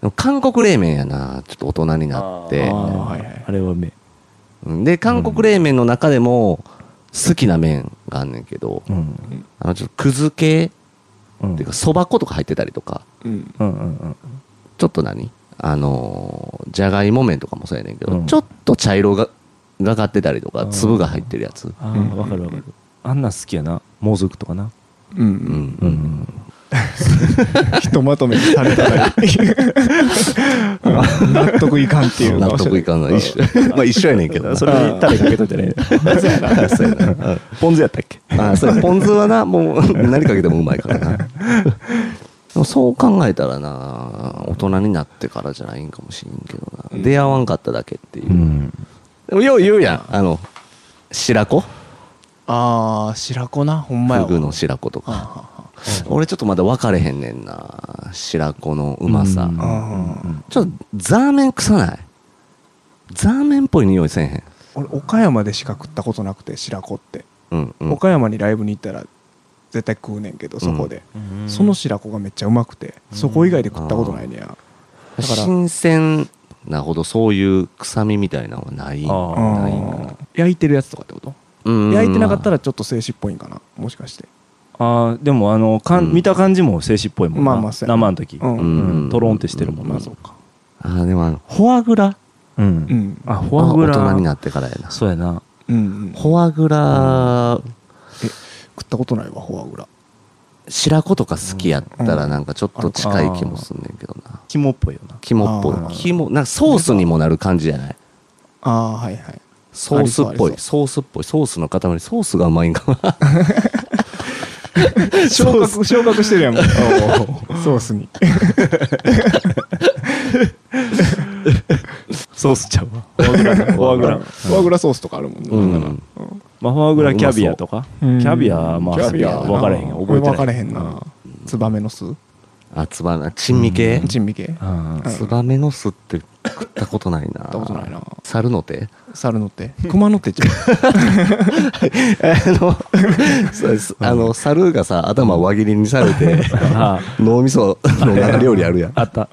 Speaker 3: も韓国冷麺やなちょっと大人になって
Speaker 1: あー
Speaker 2: はいはい
Speaker 1: あれは目
Speaker 3: うんで韓国冷麺の中でも好きな麺があんねんけど、
Speaker 1: うん
Speaker 3: あのちょっとくず系っ
Speaker 1: うん
Speaker 3: ていうかそば粉とか入ってたりとか
Speaker 2: うん
Speaker 1: うんうんうん
Speaker 3: ちょっと何あのーじゃがいも麺とかもそうやねんけど、
Speaker 1: うん
Speaker 3: ちょっと茶色ががかってたりとか
Speaker 1: うん
Speaker 3: 粒が入ってるやつ
Speaker 1: ああわかるわかるあんなん好きやなモズクとかな
Speaker 2: う
Speaker 3: うんんうん
Speaker 2: ひとまとめにされたらうん納得いかんっていう
Speaker 3: 納得いかんない一緒 <laughs> まあ一緒やねんけどな
Speaker 1: それにタレかけといてね
Speaker 3: そうやな
Speaker 1: ポン酢やったっけ
Speaker 3: あそれポン酢はなもう何かけてもうまいから <laughs> なでもそう考えたらな大人になってからじゃないんかもしれんけどな、出会わんかっただけっていう、
Speaker 1: ん
Speaker 3: でもよう言うやんあの白子
Speaker 2: <laughs> ああ白子なほんまや
Speaker 3: フ
Speaker 2: わ
Speaker 3: グの白子とか
Speaker 2: あ
Speaker 3: 俺ちょっとまだ分かれへんねんな白子のうまさ、
Speaker 1: うん
Speaker 2: あああ
Speaker 3: ちょっとザーメン臭ないザーメンっぽい匂いせえへん
Speaker 2: 俺岡山でしか食ったことなくて白子って
Speaker 3: うんうん
Speaker 2: 岡山にライブに行ったら絶対食うねんけどそこでその白子がめっちゃうまくてそこ以外で食ったことないねやだから
Speaker 3: 新鮮なほどそういう臭みみたいなのはない
Speaker 1: あー
Speaker 2: うん
Speaker 3: ないんかな
Speaker 2: 焼いてるやつとかってこと
Speaker 3: うん
Speaker 2: 焼いてなかったらちょっと精子っぽいんかなもしかして
Speaker 1: あーでもあのかん
Speaker 3: うん
Speaker 1: 見た感じも静止っぽいもんな、
Speaker 2: まあまあそうやな
Speaker 1: 生の時、
Speaker 2: うん
Speaker 1: うんトロンってしてるもんな、
Speaker 2: まあそうか
Speaker 3: あーでもあのフォアグラ
Speaker 1: うん
Speaker 2: うん
Speaker 1: あフォアグラ
Speaker 3: は大人になってからやな
Speaker 1: そうやな
Speaker 2: うんうん
Speaker 3: フォアグラ
Speaker 2: 食ったことないわフォアグラ
Speaker 3: 白子とか好きやった
Speaker 2: う
Speaker 3: ら
Speaker 2: ん
Speaker 3: なんかちょっと近い気もすんねんけどな
Speaker 1: 肝っぽいよ <laughs> な
Speaker 3: 肝っぽ
Speaker 2: あー
Speaker 3: い肝なんかソースにもなる感じじゃない
Speaker 2: ああはいはい
Speaker 3: ソースっぽ
Speaker 2: ありそうありそう
Speaker 3: いソースっぽいソースの塊ソースがうまいんかな
Speaker 2: 昇格昇格してるやんもう
Speaker 1: <laughs>
Speaker 2: ソースに
Speaker 1: ソースちゃうわフォアグラフォアグラ、
Speaker 2: フォアグラソースとかあるもんね
Speaker 3: うん
Speaker 2: だから
Speaker 1: まあ、フォアグラキャビアとかキ
Speaker 2: うん
Speaker 1: ャビアまあ
Speaker 2: キャビア
Speaker 1: 好きや分からへんよ覚えてない
Speaker 2: 分からへんなツバメの巣
Speaker 3: あつばな珍味系
Speaker 2: 珍味系
Speaker 1: うん
Speaker 3: ツバメの巣って食ったことないな食った
Speaker 2: ことないな
Speaker 3: 猿の手
Speaker 2: 猿の手熊の手じゃん
Speaker 3: あのそうですあの猿がさ頭輪切りにされて
Speaker 1: あ
Speaker 3: 脳みそのなんか料理あ <laughs> るやん
Speaker 1: あった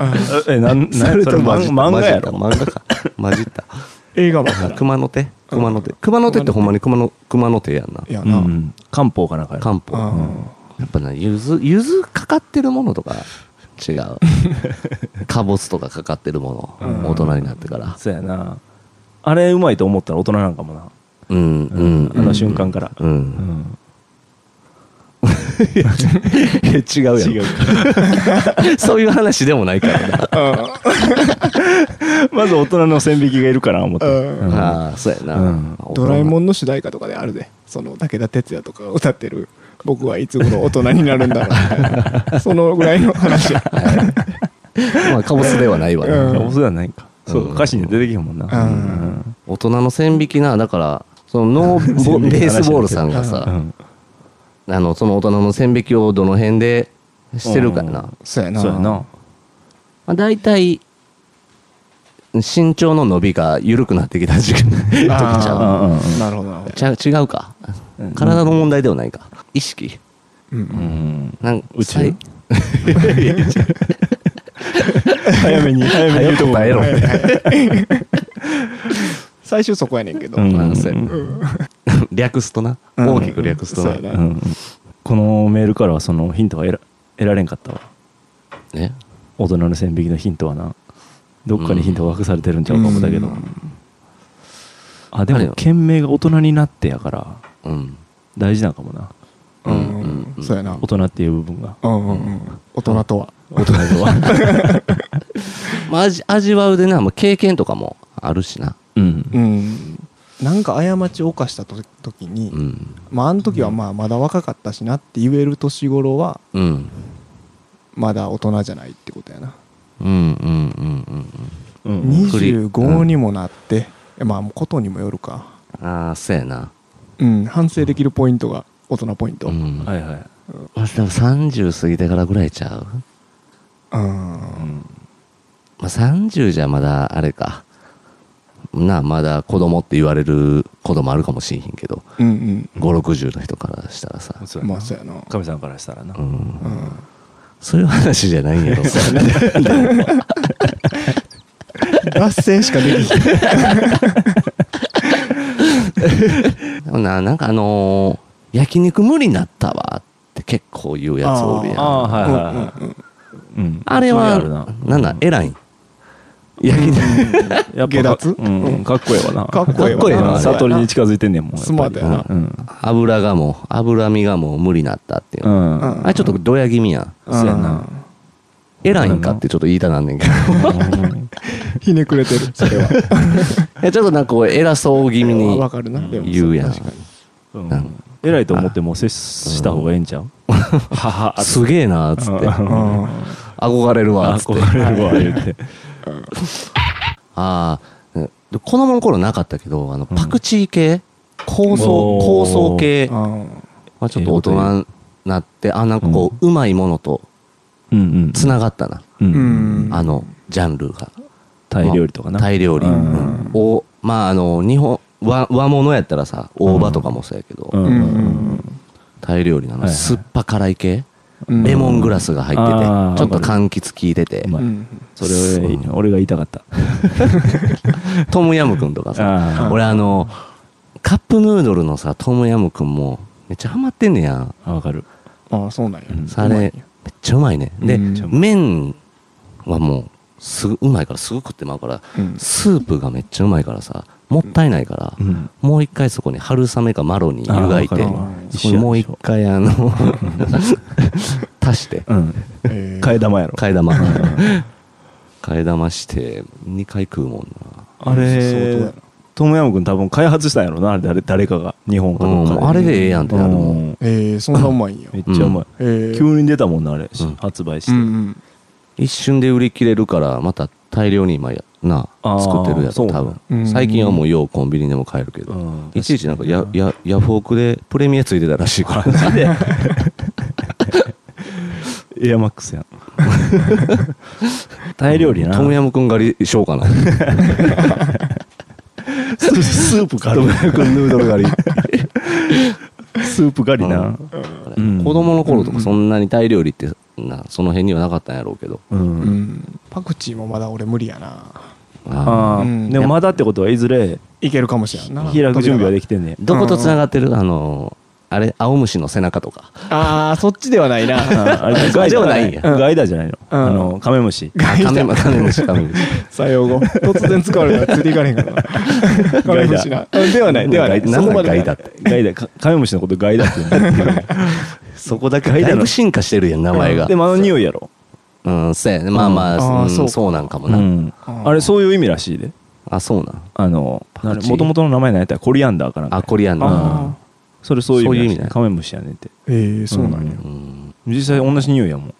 Speaker 1: えなんなんそれ
Speaker 3: マ
Speaker 1: 漫
Speaker 3: ジ
Speaker 1: 漫画やろ
Speaker 3: 漫画か混じった
Speaker 2: 映画ばっか
Speaker 3: あ
Speaker 2: ら
Speaker 3: 熊の手熊の手熊の手ってほんまに熊の熊の手やんない
Speaker 2: や
Speaker 1: う
Speaker 2: な、
Speaker 1: ん漢方かなんかやろ
Speaker 3: 漢方やっぱなゆずゆずかかってるものとか違 <laughs> うかぼすとかかかってるもの大人になってから
Speaker 1: そうやなあれうまいと思ったら大人なんかもな、
Speaker 3: うんうん
Speaker 1: あの瞬間から、
Speaker 3: う
Speaker 1: うんん
Speaker 3: いや違うやんそういう話でもないからな
Speaker 1: まず大人の線引きがいるから思って、
Speaker 2: うん
Speaker 1: うん
Speaker 3: ああそうや
Speaker 1: う
Speaker 3: なん
Speaker 2: ドラえ
Speaker 3: ん
Speaker 2: もんの主題歌とかであるでその武田鉄矢とかが歌ってる僕はいつ頃大人になるんだろうみたいなそのぐらいの話や
Speaker 3: まあかぼすではないわ
Speaker 2: うん
Speaker 3: な
Speaker 1: そうではないかそううん歌詞には出てきへんもんな
Speaker 2: うん
Speaker 3: 大人の線引きなだからその
Speaker 2: <laughs>
Speaker 3: ノーボベースボールさんが
Speaker 1: う
Speaker 3: さ
Speaker 1: ん
Speaker 3: あのその大人の線引きをどの辺でしてるかやな
Speaker 1: うん
Speaker 2: そうやな
Speaker 1: そうやな
Speaker 3: まあ、大体身長の伸びが緩くなってきた時期時ちゃ
Speaker 1: うんうん
Speaker 2: なるほどなるほ
Speaker 3: う
Speaker 2: ど
Speaker 3: ちゃ違うか
Speaker 1: うん
Speaker 3: 体の問題ではないか意識
Speaker 2: うんう
Speaker 1: うんん
Speaker 3: なん
Speaker 1: 宇宙
Speaker 3: さい
Speaker 1: 早めに早めに言うとこ
Speaker 3: 早く答
Speaker 2: 最終そこやねんけど、
Speaker 1: うん
Speaker 3: まあそうや
Speaker 1: うん
Speaker 2: うん
Speaker 3: <laughs> 略すとな、
Speaker 2: うん
Speaker 3: 大きく略すとな、
Speaker 2: そうや
Speaker 1: うんうんこのメールからはそのヒントは得ら得られんかったわ
Speaker 3: ね
Speaker 1: 大人の線引きのヒントはなどっかにヒントが隠されてるんちゃうか思ったけど、あで
Speaker 3: あれ
Speaker 1: も
Speaker 3: よ
Speaker 1: 県名が大人になってやから
Speaker 3: うん
Speaker 1: 大事なんかもな
Speaker 2: う
Speaker 3: うん
Speaker 2: ん
Speaker 3: うん
Speaker 2: そうやな
Speaker 1: 大人っていう部分が
Speaker 2: うんうんうん大人とは
Speaker 1: 大人とは
Speaker 3: まあ、味味わうでな、まあ、経験とかもあるしな
Speaker 1: うん
Speaker 2: うんなんか過ちを犯したと時に
Speaker 3: うん
Speaker 2: まああの時はまあまだ若かったしなって言える年頃は
Speaker 3: うん
Speaker 2: まだ大人じゃないってことやな
Speaker 3: うんうんうんうん
Speaker 1: うん
Speaker 2: 25にもなってまあもうことにもよるか
Speaker 3: うんああそうやな
Speaker 2: うん反省できるポイントが大人ポイント
Speaker 3: う
Speaker 2: うん
Speaker 3: ん、
Speaker 1: はいはい、
Speaker 3: まあ、でも30過ぎてからぐらいちゃう、
Speaker 1: うん
Speaker 3: まあ、30じゃまだあれかなあまだ子供って言われることもあるかもしれへんけど
Speaker 2: うん
Speaker 3: 560の人からしたらさ、
Speaker 1: そううんや
Speaker 2: ま
Speaker 1: な
Speaker 2: あそうやな
Speaker 1: 神さんからしたらな、
Speaker 3: うん、
Speaker 2: うん
Speaker 3: そういう話じゃないんやろ
Speaker 1: <laughs>
Speaker 2: 脱線しかできひん
Speaker 3: でもななんかあのー焼肉無理になったわって結構言うやつおるやん
Speaker 1: あ
Speaker 3: あ
Speaker 1: あはいはいはい、
Speaker 2: うんうん
Speaker 1: うん
Speaker 3: れは
Speaker 1: そあるな
Speaker 3: なんなん偉いん焼肉
Speaker 1: やっぱ
Speaker 2: 下脱
Speaker 1: うん
Speaker 2: う
Speaker 1: うんん、かっこええわな
Speaker 2: かっこええわな
Speaker 1: 悟りに近づいてんねんもんやっぱり
Speaker 2: スマートやな
Speaker 1: うん
Speaker 3: 油がもう脂身がもう無理になったっていうう、
Speaker 1: ん、
Speaker 2: うん
Speaker 3: あれちょっとドヤ気味やん
Speaker 1: そうやな
Speaker 3: 偉いんかってちょっと言いたなんねんけど
Speaker 2: ひねくれてるそれは <laughs>
Speaker 3: いやちょっとなんかこう偉そう気味に
Speaker 2: わかるなでも
Speaker 3: 言うやん
Speaker 2: 確かに
Speaker 1: うん
Speaker 3: うん
Speaker 1: 偉いと思ってもう接した方がええんちゃうはは
Speaker 3: すげえなーっつって
Speaker 2: うん
Speaker 3: 憧れるわーっつって
Speaker 1: 憧れるわ言うて
Speaker 3: ああで子供の頃なかったけどあのパクチー系、構
Speaker 1: お
Speaker 3: 想
Speaker 1: ー
Speaker 3: 構想系
Speaker 2: うん
Speaker 3: まあ、ちょっと大人になってあなんかこう、うまいものと
Speaker 1: うんうん
Speaker 3: つながったな、
Speaker 1: う
Speaker 2: うんん
Speaker 3: あのジャンルが
Speaker 1: タイ料理とかな
Speaker 3: タイ料理、
Speaker 2: う
Speaker 3: うんんおまああの日本和和物やったらさ大葉とかもそうやけど、
Speaker 1: うん
Speaker 2: う
Speaker 1: うんん
Speaker 3: タイ料理なの、
Speaker 1: はいはい
Speaker 3: 酸っぱ辛い系、
Speaker 2: うん
Speaker 3: レモングラスが入ってて
Speaker 1: あー
Speaker 3: ちょっと柑橘効いてて
Speaker 1: うま
Speaker 2: う
Speaker 1: い
Speaker 2: ん
Speaker 1: それ俺俺が言いたかった
Speaker 3: トムヤムくんとかさ
Speaker 1: あ
Speaker 3: 俺あのカップヌードルのさトムヤムくんもめっちゃハマってんねやん
Speaker 1: あわかる
Speaker 2: ああそうなんや
Speaker 1: うん
Speaker 3: さあれめっちゃうまいねで、
Speaker 2: うん
Speaker 3: 麺はもうすぐうまいからすぐ食ってまうから
Speaker 2: うん
Speaker 3: スープがめっちゃうまいからさもったいないから、
Speaker 1: うん
Speaker 3: もう一回そこに春雨かマロに湯がいて
Speaker 1: あー
Speaker 2: わかるわ
Speaker 3: そこにもう一回あの <laughs> 足して
Speaker 1: うん
Speaker 2: えー
Speaker 1: 替え玉やろ
Speaker 3: 替え玉 <laughs> 替え玉して2回食うもんな
Speaker 1: あ
Speaker 2: 相当や
Speaker 1: れ
Speaker 2: な
Speaker 1: トムヤム君多分開発したんやろなあれ誰誰かが日本かどっか
Speaker 3: うんあれでええやんってなるもん
Speaker 1: うん
Speaker 2: ええそんなうまいんや
Speaker 1: めっちゃうまい
Speaker 2: えー
Speaker 1: 急に出たもんなあれし
Speaker 3: うん
Speaker 1: 発売し
Speaker 2: う
Speaker 1: て
Speaker 2: んうん
Speaker 3: 一瞬で売り切れるからまた大量に今やな
Speaker 1: あー
Speaker 3: 作ってるや
Speaker 1: そ
Speaker 3: ろ
Speaker 1: う
Speaker 3: 多
Speaker 2: うん
Speaker 3: 分最近はもうようコンビニでも買えるけど
Speaker 1: うん
Speaker 3: いちいちなんかややヤフオクでプレミアついてたらしいから
Speaker 1: マジでエアマックスやんタイ料理な
Speaker 3: トムヤムくん狩りしようかな
Speaker 1: ススープ狩り
Speaker 3: ムくんヌードル狩り
Speaker 1: <laughs> スープ狩りなうん
Speaker 3: 子供の頃とかそんなにタイ料理ってなその辺にはなかったんやろうけど
Speaker 1: う
Speaker 2: うんんパクチーもまだ俺無理やな
Speaker 3: あ
Speaker 1: ああ
Speaker 2: うん
Speaker 1: でもまだってことはいずれ
Speaker 2: いけるかもしれんな
Speaker 1: 開く準備はで
Speaker 2: き
Speaker 1: きてんねん
Speaker 3: ーどことつながってるあのーあれ青虫の背中とか
Speaker 2: ああそっちではないな
Speaker 1: ああれガイ
Speaker 3: で
Speaker 1: ダ
Speaker 3: もないんや
Speaker 1: ガイダじゃないの
Speaker 2: うん
Speaker 1: あのカメムシ
Speaker 3: あカメムカメムシカメムシ
Speaker 2: 採用後突然使われたらついていかれへんからなガイダではないではない
Speaker 3: なんだ
Speaker 2: そこまで
Speaker 3: ガ
Speaker 2: は
Speaker 3: イ
Speaker 2: な
Speaker 3: ダ
Speaker 2: い
Speaker 3: って
Speaker 1: ガイダカカメムシのことガイダって言うんだけ
Speaker 3: そこだけ
Speaker 1: ガイダ
Speaker 3: だ
Speaker 1: の
Speaker 3: いぶ進化してるやん名前
Speaker 1: ど
Speaker 3: が
Speaker 1: でもあの匂いやろ
Speaker 3: うんそうやねまあま
Speaker 2: うんあー
Speaker 3: あうん
Speaker 2: そ
Speaker 3: そうう
Speaker 2: か
Speaker 3: なんかも
Speaker 1: う
Speaker 3: な、
Speaker 1: んあれそういう意味らしいで
Speaker 3: あそうなん
Speaker 1: あの
Speaker 3: パクチー
Speaker 1: もともとの名前何やったらコリアンダーかなんか
Speaker 3: あコリアンダー
Speaker 2: あ
Speaker 1: それそういう意味らし
Speaker 3: そういう意味な
Speaker 1: い
Speaker 3: んや
Speaker 1: カメムシやねんって
Speaker 2: えーそうなんや
Speaker 1: う
Speaker 3: うん
Speaker 1: 実際同じ匂いやもんい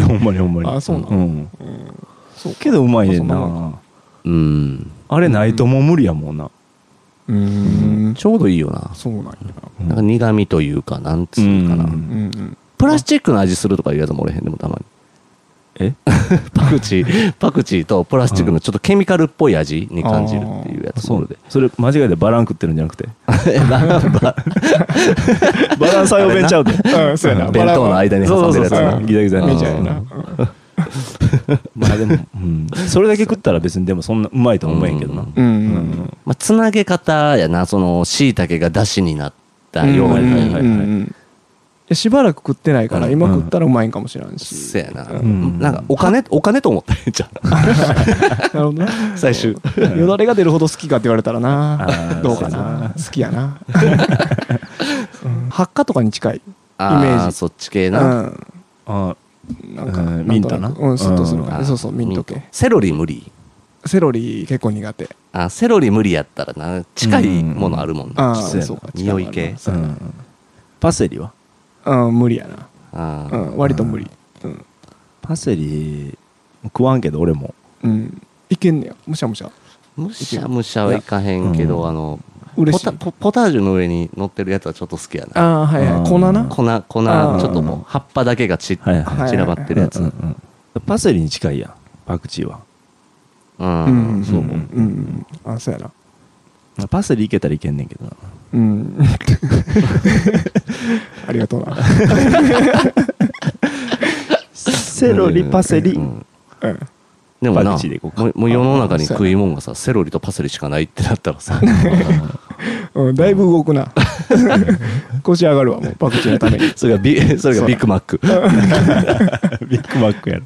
Speaker 1: やほんまにほんまに
Speaker 2: あそうなの
Speaker 1: ん
Speaker 2: そう
Speaker 1: けどうまいねん
Speaker 2: あそんなも
Speaker 1: な
Speaker 3: うん
Speaker 1: あれないともう無理やもんな
Speaker 2: うーん
Speaker 3: ちょうどいいよな
Speaker 2: そうなんや
Speaker 3: なんか苦味というかなんつうかな、
Speaker 1: うん
Speaker 2: うんうん
Speaker 3: プラスチックの味するとかいうやつもおれへんでもたまに
Speaker 1: え
Speaker 3: パクチーパクチーとプラスチックのちょっとケミカルっぽい味に感じるっていうやつもおるで
Speaker 1: それ間違えてバラン食ってるんじゃなくて
Speaker 3: <laughs>
Speaker 1: バラン作用弁ちゃうで
Speaker 2: <laughs> うんそうやな
Speaker 3: 弁当の間に挟んでるやつ
Speaker 2: そうそう
Speaker 3: な
Speaker 2: そう
Speaker 1: ギザギザ
Speaker 3: うん
Speaker 1: に
Speaker 2: めちゃやな
Speaker 1: まあでも、うん、それだけ食ったら別にでもそんなうまいとは思えんけどな、
Speaker 3: う
Speaker 1: う
Speaker 2: うんう
Speaker 3: ん
Speaker 2: んん
Speaker 3: まあ、つなげ方やなそのしいたけがだしになったような、
Speaker 1: はいはいはい
Speaker 2: うんうんいやしばらく食ってないから
Speaker 3: うん
Speaker 2: 今食ったらうまいんかもしれんし
Speaker 3: せやな、
Speaker 1: ん
Speaker 3: なんかお金お金と思ったんじゃん
Speaker 2: なるほどな
Speaker 3: 最終
Speaker 2: よだれが出るほど好きかって言われたら
Speaker 1: あ
Speaker 2: な
Speaker 1: ー
Speaker 2: どうかな好きやなうん発火とかに近い
Speaker 3: あ
Speaker 2: イメージ
Speaker 3: そっち系
Speaker 2: うん
Speaker 3: な、
Speaker 2: なん
Speaker 1: あう
Speaker 2: か
Speaker 1: ん
Speaker 2: なんとく
Speaker 1: ミントな
Speaker 2: うんスッとするから
Speaker 3: あ
Speaker 2: ねそうそうミント系
Speaker 3: セロリ無理
Speaker 2: セロリ結構苦手
Speaker 3: あセロリ無理やったらな近いものあるもんな、
Speaker 2: ああ
Speaker 1: そうやな
Speaker 2: そうか
Speaker 3: 匂い系
Speaker 1: う
Speaker 2: 近い
Speaker 1: ん、パセリは
Speaker 2: なうん無理やな
Speaker 3: あ
Speaker 2: う
Speaker 3: ー
Speaker 2: ん割と無理うん
Speaker 1: パセリ食わんけど俺も
Speaker 2: うんいけんねやむしゃむしゃ
Speaker 3: むしゃむしゃはいかへんけど、
Speaker 1: うん
Speaker 3: あの
Speaker 2: 嬉
Speaker 3: ポ
Speaker 2: しい
Speaker 3: タポポタージュの上に乗ってるやつはちょっと好きやな
Speaker 2: ああはい
Speaker 1: あ
Speaker 2: は
Speaker 1: ー
Speaker 2: い粉な
Speaker 3: 粉粉ち
Speaker 2: あー
Speaker 3: ょっともう葉っぱだけがち
Speaker 1: はいはい
Speaker 3: 散らばってるやつ
Speaker 1: うんうんうんパセリに近いやんパクチーは
Speaker 3: うん、
Speaker 2: うん
Speaker 3: そう
Speaker 2: うんうんあそうやな
Speaker 1: まあパセリいけたらいけんねんけどな
Speaker 2: うん <laughs> ありがとうな
Speaker 1: セロリパセリ
Speaker 3: うん
Speaker 2: うん
Speaker 3: でも
Speaker 1: パ
Speaker 3: な
Speaker 1: クチーでいこうか
Speaker 3: もうもう世の中に食い物がさセロリとパセリしかないってなった
Speaker 1: <laughs>
Speaker 3: らさ
Speaker 2: うんだいぶ動くな腰上がるわもうパクチーのために
Speaker 3: それがビそれがビッグマック
Speaker 1: ビッグマックやろ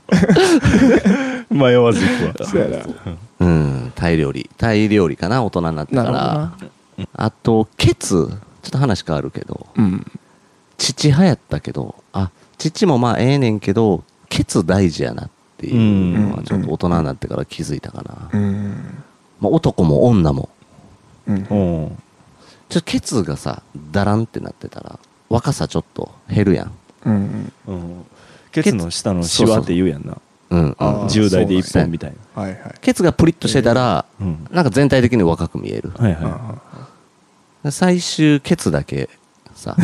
Speaker 1: <laughs> 迷わず行くわ
Speaker 2: そうやな
Speaker 3: うんタイ料理タイ料理かな大人になってか
Speaker 2: なるほど
Speaker 3: ら
Speaker 2: な
Speaker 3: あとケツちょっと話変わるけど
Speaker 2: うん
Speaker 3: 父派やったけどあ父もまあええねんけどケツ大事やなっていうのは
Speaker 2: うん
Speaker 3: ちょっと大人になってから気づいたかな、
Speaker 2: うん
Speaker 3: まあ、男も女も
Speaker 2: うん
Speaker 1: うん
Speaker 3: ちょっとケツがさだらんってなってたら若さちょっと減るやん
Speaker 2: うん
Speaker 1: うんケツの下のシワって言うやんな
Speaker 3: うん、う
Speaker 2: あ
Speaker 3: ん
Speaker 2: ー、
Speaker 1: 10代で
Speaker 2: そう
Speaker 1: 一本みたい
Speaker 2: はいはい
Speaker 3: ケツがプリッとしてたら、
Speaker 1: なうん
Speaker 3: なんか全体的に若く見える、
Speaker 1: はいは
Speaker 2: あ
Speaker 3: 最終ケツだけさ
Speaker 1: い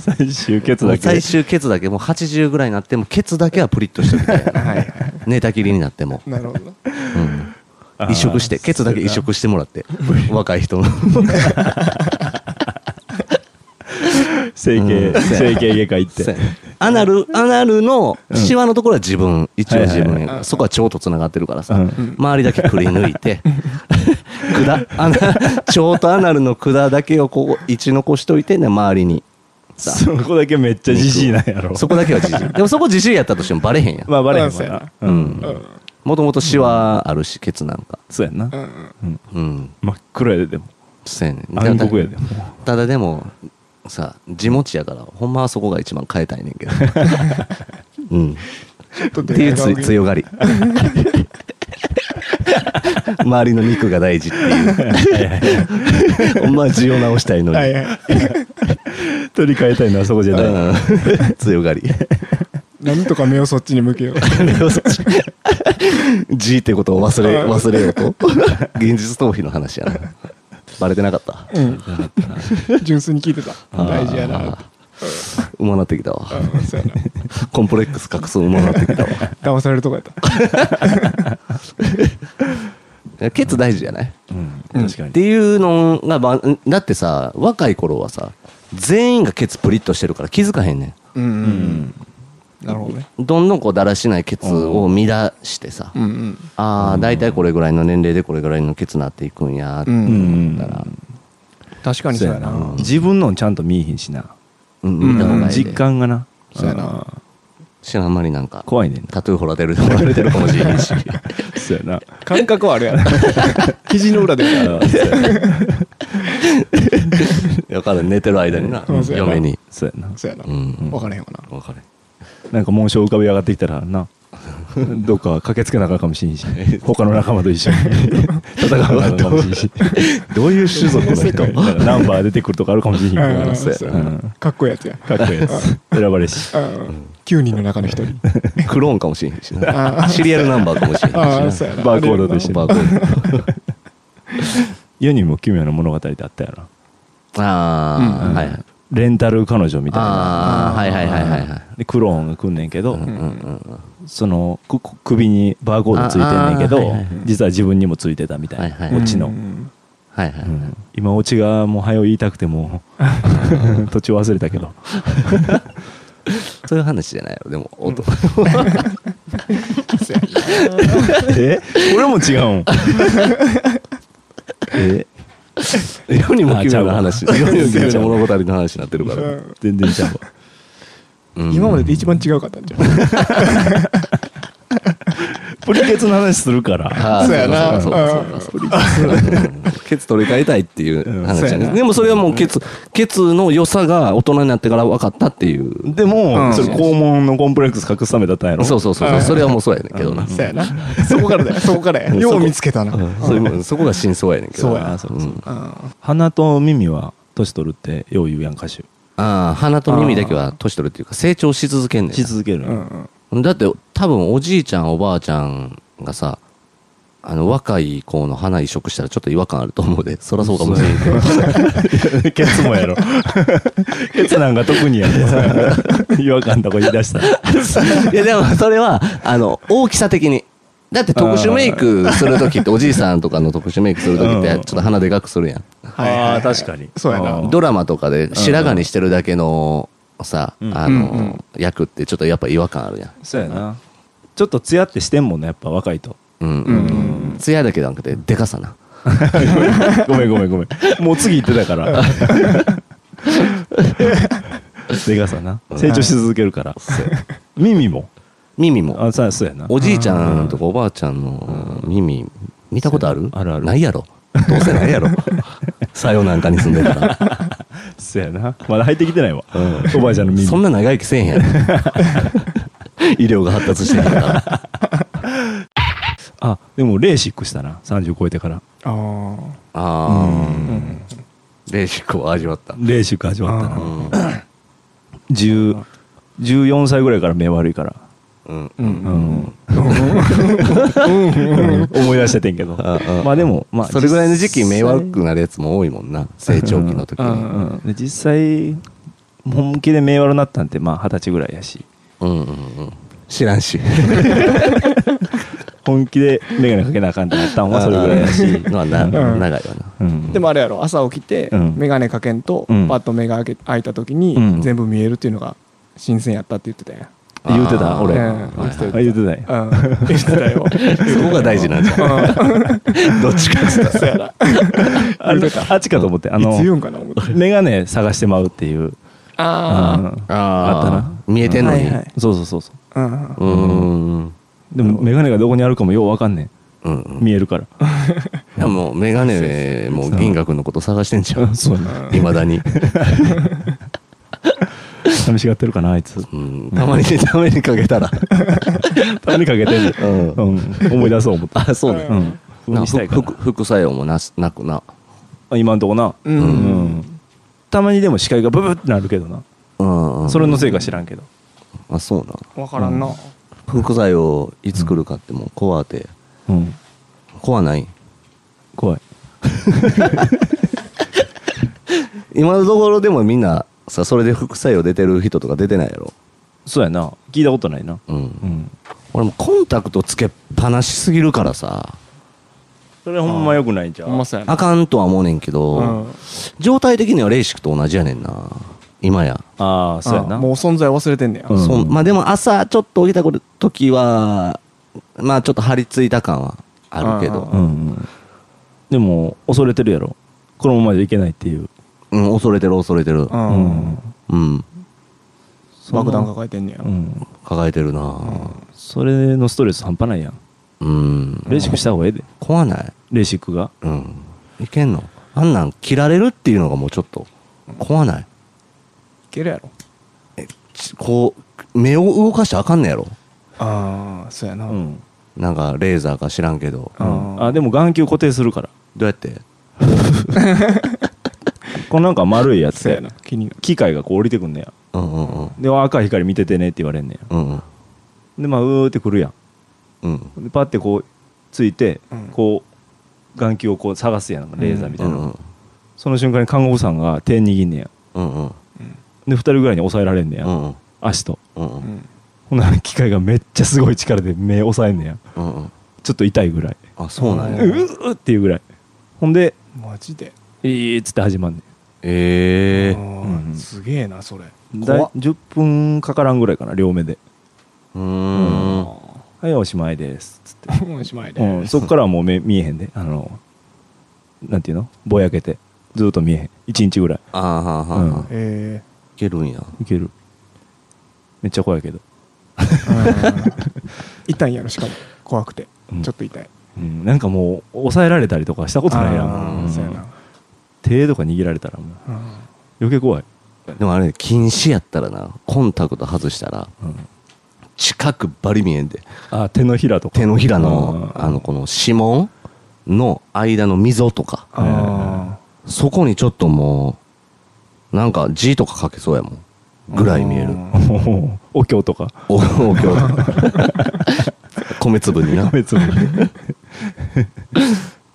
Speaker 1: 最終ケツだけ
Speaker 3: 最終ケツだけもう80ぐらいになってもケツだけはプリッとしてる
Speaker 1: <laughs>
Speaker 3: みたい
Speaker 2: あ
Speaker 3: な
Speaker 2: はいは
Speaker 3: 寝たきりになっても、
Speaker 2: いなるほどな
Speaker 3: うん
Speaker 1: あー
Speaker 3: 移植してケツだけ移植しても
Speaker 1: <laughs>
Speaker 3: らって若い人の
Speaker 1: 整形
Speaker 3: うん
Speaker 1: 整形外科行って
Speaker 3: アナルアナルのシワのところは自分、一応自
Speaker 1: はい
Speaker 3: 分、
Speaker 2: はいはい
Speaker 3: そこは腸とつながってるからさ、
Speaker 1: うん
Speaker 3: 周りだけくり抜いて管アナ腸とアナルの管だけをこう一残しといてね周りにさ
Speaker 1: そこだけめっちゃじじいなんやろ
Speaker 3: そこだけはじじいでもそこじじいやったとしてもバレへんやん
Speaker 1: <laughs> まあバレへん
Speaker 2: まあそうや
Speaker 1: わ
Speaker 2: な
Speaker 1: なうん
Speaker 2: うん
Speaker 3: もともとシワあるしケツなんか
Speaker 1: そうやんな
Speaker 2: うんうん
Speaker 1: うん
Speaker 3: うん
Speaker 1: 真っ黒やででも
Speaker 3: そうやねん
Speaker 1: 暗黒やでも
Speaker 3: ただでもさ地持ちやからほんまはそこが一番変えたいねん
Speaker 2: <laughs>
Speaker 3: けどうん
Speaker 2: ちょっ
Speaker 3: って
Speaker 2: と
Speaker 3: いうつ強がり
Speaker 2: <laughs>
Speaker 3: 周りの肉が大事って
Speaker 1: <laughs>
Speaker 3: いうほんまは地を直したいのに、
Speaker 2: はいはい
Speaker 1: 取り替えたいのはそこじゃない
Speaker 3: うん強がり <laughs>
Speaker 2: なんとか目をそっちに向けよう
Speaker 3: G ってことを忘れ忘れようと現実逃避の話やなバレてなかった
Speaker 2: うん純粋に聞いてた大事やな
Speaker 3: あーうまなってきたわ
Speaker 2: うんそうやな
Speaker 3: コンプレックス隠すうまなってきたわ
Speaker 2: 騙されるとこやった
Speaker 3: ケツ大事じゃない
Speaker 1: うん
Speaker 2: うん
Speaker 1: 確か
Speaker 3: っ
Speaker 1: に
Speaker 3: ていうのがまあだってさ若い頃はさ全員がケツプリッとしてるから気づかへんね
Speaker 2: うんう
Speaker 1: うんん
Speaker 2: なるほどね
Speaker 3: んどんどんこうだらしないケツを乱してさ、
Speaker 2: うんうん
Speaker 3: ああ大体これぐらいの年齢でこれぐらいのケツなっていくんやって
Speaker 2: う
Speaker 1: うんん
Speaker 3: だから、
Speaker 2: 確かにそうや
Speaker 1: そうやな
Speaker 2: な
Speaker 1: 自分のんちゃんと見えへんしな
Speaker 3: うん
Speaker 2: うん
Speaker 3: 見た方がいいで
Speaker 1: 実感がな
Speaker 2: そうやな
Speaker 1: あー
Speaker 3: 知らんまりなんか
Speaker 1: 怖いねんな
Speaker 3: タトゥー掘られる掘られてるかもし
Speaker 2: <laughs>
Speaker 3: れんし
Speaker 1: そうやな
Speaker 2: 感覚はあるやろ肘の裏で
Speaker 1: あーそうやな
Speaker 3: だからん寝てる間にな
Speaker 2: うんそうやな
Speaker 3: 嫁に
Speaker 1: <laughs> そうやな
Speaker 2: そうやな
Speaker 3: うんうん
Speaker 2: 分からへんわな
Speaker 3: 分か
Speaker 2: <laughs>
Speaker 3: れん
Speaker 1: なんか紋章浮かび上がってきたらなどっか駆けつけなあかんかもしれんし他の仲間と一緒に戦わなあかんかもしれんし
Speaker 3: どういう種族の
Speaker 1: なん
Speaker 3: 人
Speaker 1: かナンバー出てくるとかあるかもしれん
Speaker 2: うん
Speaker 1: から
Speaker 2: <laughs> そうやな
Speaker 1: うん
Speaker 2: かっこいいやつや
Speaker 1: かっこいいやつ選ばれし
Speaker 2: うん9人の中の1人
Speaker 3: クローンかもしれへんし
Speaker 2: あ
Speaker 3: な
Speaker 2: ー
Speaker 3: シリアルナンバーかもしれへんし
Speaker 2: あ
Speaker 3: な
Speaker 2: あそうやな
Speaker 1: バーコードと一緒に
Speaker 3: バーコード
Speaker 1: 世にも奇妙な物語ってあったよな
Speaker 3: ああ、
Speaker 2: うん
Speaker 3: はいはい。
Speaker 1: レンタル彼女みたいな
Speaker 3: ああ、はいはいはいはいはい。
Speaker 1: でクローンが来んねんけど、
Speaker 3: うんうん
Speaker 1: そのくく首にバーコードついてんねんけど、
Speaker 3: あーはいはいはい
Speaker 1: 実は自分にもついてたみたいな、
Speaker 3: はいはい
Speaker 1: オチの、
Speaker 2: うん
Speaker 3: はいはい。
Speaker 1: うん今オチがもう早う言いたくて
Speaker 3: <laughs>
Speaker 1: も途中忘れたけど
Speaker 3: そういう話じゃないよ、でも、おと
Speaker 1: え俺も違うんえ
Speaker 3: <laughs> 世にも奇妙な話
Speaker 1: あ
Speaker 3: 世
Speaker 1: ちゃうわ
Speaker 3: にも奇妙な物語の話になってるか
Speaker 2: う
Speaker 3: ら
Speaker 2: ん
Speaker 1: 全然ちゃうわ
Speaker 3: うん
Speaker 2: 今までで一番違うかったんじゃん
Speaker 1: プリケツの話するから
Speaker 3: ああ
Speaker 2: そうやな
Speaker 3: そうかそうかそうかケツ取り替えたいっていう話や
Speaker 2: そうや
Speaker 3: ね
Speaker 2: な
Speaker 3: でもそれはもうケツケツの良さが大人になってから分かったっていう
Speaker 1: でも、
Speaker 2: うん
Speaker 1: それ肛門のコンプレックス隠すためだったんやろ
Speaker 3: そうそうそうそうそれはもうそうやねんけどな
Speaker 2: そうやなそこからだよそこからや
Speaker 3: うん
Speaker 2: よう見つけたな
Speaker 3: うんそれもそこが真相やねんけど
Speaker 2: そうや
Speaker 3: な
Speaker 2: な
Speaker 1: そうそうん
Speaker 2: うん
Speaker 1: 鼻と耳は年取るってよう言うやん歌手
Speaker 3: ああ鼻と耳だけは年取るっていうか成長し続けんねん
Speaker 1: し
Speaker 3: な
Speaker 1: 続ける
Speaker 2: う
Speaker 1: の、
Speaker 2: んうん
Speaker 3: だって多分おじいちゃんおばあちゃんがさあの若い子の鼻移植したらちょっと違和感あると思うでそりゃそうかもしれんけど
Speaker 1: ケツもやろケツなんか特にやろ違和感とか言い出したら
Speaker 3: <laughs> いやでもそれはあの大きさ的にだって特殊メイクする時っておじいさんとかの特殊メイクする時って
Speaker 1: う
Speaker 3: ちょ
Speaker 1: ん
Speaker 3: っと鼻でかくするやん
Speaker 2: はいはいはい
Speaker 1: あー確かに
Speaker 2: そうや
Speaker 1: あ
Speaker 2: な
Speaker 1: ー
Speaker 3: ドラマとかで白髪にしてるだけのさ
Speaker 1: うん
Speaker 3: あ
Speaker 2: うんう
Speaker 3: の
Speaker 2: ん
Speaker 3: 役ってちょっとやっぱ違和感あるやん
Speaker 1: そうやなちょっとツヤってしてんもんねやっぱ若いと
Speaker 3: うん
Speaker 2: うん
Speaker 3: 艶だけじゃなくてでかさな
Speaker 1: ごめんごめんごめんもう次行ってたからでかさな成長し続けるから耳も
Speaker 3: 耳も
Speaker 1: あさそうやな
Speaker 3: おじいちゃんとかおばあちゃんの耳見たことある
Speaker 1: あるある
Speaker 3: ないやろどうせない
Speaker 1: <laughs>
Speaker 3: やろさよなんかに住んでたら
Speaker 1: そうやなまだ入ってきてないわおばあちゃんの耳
Speaker 3: そんな長生きせえへんやろ医療が発達してへんから
Speaker 1: あでもレーシックしたな30超えてから
Speaker 2: あー
Speaker 3: あ
Speaker 2: う
Speaker 3: あ、
Speaker 2: ん
Speaker 3: レーシックを味わった。
Speaker 1: レーシック始まった
Speaker 3: う。
Speaker 1: なん10 14歳ぐらいから目悪いから
Speaker 3: うん。
Speaker 2: うん
Speaker 1: うん、 <laughs> 思い出しててんけど
Speaker 3: ああ
Speaker 1: まあでもまあ
Speaker 3: それぐらいの時期、目悪
Speaker 1: 実
Speaker 3: くなるやつも多いもんな。成長期の時
Speaker 1: 際
Speaker 3: に。
Speaker 1: うんで実際本気で目悪になったんってまあ二十歳ぐらいやし
Speaker 3: うんうんうん。知ら
Speaker 1: <laughs>
Speaker 3: んし。
Speaker 1: 本気で眼鏡かけなあかんってなったんはそれぐらいやし、
Speaker 3: まあ、な
Speaker 2: うん
Speaker 3: 長いわな。
Speaker 1: うん、
Speaker 2: でもあれやろ朝起きて
Speaker 1: うん
Speaker 2: 眼鏡かけんとパ
Speaker 1: うん
Speaker 2: ッと目が開け開いた時
Speaker 1: うん
Speaker 2: に全部見えるっていうのが新鮮やったって言ってたや
Speaker 1: 言うてた
Speaker 3: あー
Speaker 1: 俺
Speaker 3: はい
Speaker 2: うん言うてた
Speaker 1: あ言ってたんや
Speaker 2: んうん言ってたよ
Speaker 3: そこが大事なんじゃん。どっちかっつったら
Speaker 1: <laughs>
Speaker 2: そうやな
Speaker 1: あ
Speaker 2: 言う
Speaker 1: の
Speaker 2: てた
Speaker 1: あっちかと思ってあ
Speaker 2: いつ言う
Speaker 1: の
Speaker 2: んかな思って
Speaker 1: 眼鏡探してまうっていう
Speaker 2: あ
Speaker 1: うんっ
Speaker 3: あ
Speaker 1: た
Speaker 3: あ
Speaker 1: な、
Speaker 3: 見えてんのに
Speaker 2: はいは。い
Speaker 1: そうそうそうそう
Speaker 2: あうん
Speaker 3: うーん。
Speaker 1: でも眼鏡がどこにあるかもようわかんね
Speaker 3: うんん。
Speaker 1: 見える
Speaker 3: <laughs>
Speaker 1: から
Speaker 3: いや、もう、メガネも銀河君のこと探してんじゃん。
Speaker 1: そうやない
Speaker 3: まだに。
Speaker 1: 寂しがってるかなあいつ
Speaker 3: うんたまに、たまにかけたら。
Speaker 1: 何かけてる、
Speaker 3: う
Speaker 1: う
Speaker 3: ん
Speaker 1: ん、思い出そう思った
Speaker 3: あ、そうね。
Speaker 1: うん
Speaker 3: <laughs> な
Speaker 1: したいか
Speaker 3: 副副作用もなすなくな
Speaker 1: ら今んとこな、
Speaker 2: うん
Speaker 1: うんたまにでも視界がブブってなるけどな、
Speaker 3: うん、うん、
Speaker 1: それのせいか知らんけど
Speaker 3: あそうな
Speaker 2: 分からんな
Speaker 3: 副作用いつ来るかってもう怖て
Speaker 1: うん
Speaker 3: 怖ない
Speaker 1: 怖い
Speaker 3: 今のところでもみんなさそれで副作用出てる人とか出てないやろ
Speaker 1: そうやな聞いたことないな
Speaker 3: うん、
Speaker 1: うん
Speaker 3: 俺もコンタクトつけっぱなしすぎるからさ
Speaker 1: それほんまよくないんちゃ
Speaker 2: ほんま
Speaker 1: う
Speaker 2: そうやな
Speaker 3: あかんとは思うねんけど、
Speaker 2: うん
Speaker 3: 状態的にはレーシックと同じやねんな今や、
Speaker 1: ああそうやな
Speaker 2: あもう存在忘れてんねや
Speaker 1: うん
Speaker 3: そんまあでも朝ちょっと起きた時はまあちょっと張り付いた感はあるけど、
Speaker 2: うん
Speaker 1: うんうんでも恐れてるやろこのままじゃいけないっていう、
Speaker 3: うん、恐れてる恐れてる。
Speaker 2: う
Speaker 1: うん
Speaker 3: うん。
Speaker 2: 爆弾抱えてんねや
Speaker 1: うん
Speaker 3: 抱えてるな
Speaker 1: それのストレス半端ないやん
Speaker 3: うん。
Speaker 1: レーシックした方がええで
Speaker 3: 怖ない。
Speaker 1: レーシックが
Speaker 3: うん。いけんのあんなん切られるっていうのがもうちょっと、怖ない。
Speaker 2: いけるやろ
Speaker 3: ちこう、目を動かしてあかんねやろ。
Speaker 2: ああそうやな
Speaker 1: うん
Speaker 3: なんか、レーザーか知らんけど。
Speaker 2: う
Speaker 1: うんんあでも眼球固定するから
Speaker 3: どうやって
Speaker 1: このなんか丸いやつ
Speaker 2: そ
Speaker 1: で
Speaker 2: うやな気になる
Speaker 1: 機械がこう降りてくんねや
Speaker 3: うんうんうん。
Speaker 1: で赤い光見ててねって言われんねや
Speaker 3: うんうん。
Speaker 1: でまあうーってくるや
Speaker 3: うん。
Speaker 1: んでパッてこうついて、
Speaker 2: うん
Speaker 1: こう眼球をこう探すやんレーザーみた
Speaker 3: う
Speaker 1: いな、
Speaker 3: んうん。
Speaker 1: その瞬間に看護婦さんが手握んねや
Speaker 3: うんうん。
Speaker 1: で2人ぐらいに抑えられんねや、
Speaker 3: うんうん。
Speaker 1: 足と
Speaker 3: うんう。
Speaker 2: うんん
Speaker 1: ほんなら機械がめっちゃすごい力で目押さえんねや
Speaker 3: うんうん。
Speaker 1: ちょっと痛いぐらい
Speaker 3: あ、そうなん
Speaker 1: う
Speaker 3: や。
Speaker 1: ーっていうぐらいほんで
Speaker 2: マジで
Speaker 1: 「いい」っつって始まんね
Speaker 3: ええ
Speaker 2: あー
Speaker 1: うん
Speaker 2: すげえなそれ
Speaker 1: んだい
Speaker 2: 怖っ
Speaker 1: 10分かからんぐらいかな両目で
Speaker 3: うーん。
Speaker 2: あ
Speaker 1: はいおしまいです」つって、
Speaker 2: おし <laughs> まいで、
Speaker 1: うん、 <laughs> そっからはもう目見えへんであのなんていうのぼやけてずっと見えへん1日ぐらい
Speaker 3: ああはあはあ、
Speaker 1: うん
Speaker 3: い
Speaker 2: え
Speaker 3: けるんや
Speaker 1: いけるめっちゃ怖いけど、
Speaker 2: ー、痛いんやろしかも怖くて、
Speaker 1: うん
Speaker 2: ちょっと痛い
Speaker 1: うん、なんかもう抑えられたりとかしたことないや
Speaker 2: あ
Speaker 1: ん、
Speaker 2: ー
Speaker 1: うん
Speaker 2: そうやな、
Speaker 1: 手とか握られたらもう
Speaker 2: うん
Speaker 1: 余計怖い、
Speaker 3: でもあれ禁止やったらなコンタクト外したら
Speaker 1: うん、
Speaker 3: 近くバリ見えんで
Speaker 1: あ手のひらとか
Speaker 3: 手のひらの
Speaker 1: うん
Speaker 3: あのこの指紋の間の溝とか
Speaker 2: あ
Speaker 3: そこにちょっともうなんか字とか書けそうやもん
Speaker 2: ー
Speaker 3: ぐらい見え
Speaker 2: う
Speaker 3: る
Speaker 2: ん
Speaker 1: お経とか
Speaker 3: おお
Speaker 1: <laughs>
Speaker 3: 経とか米粒にな
Speaker 1: 別に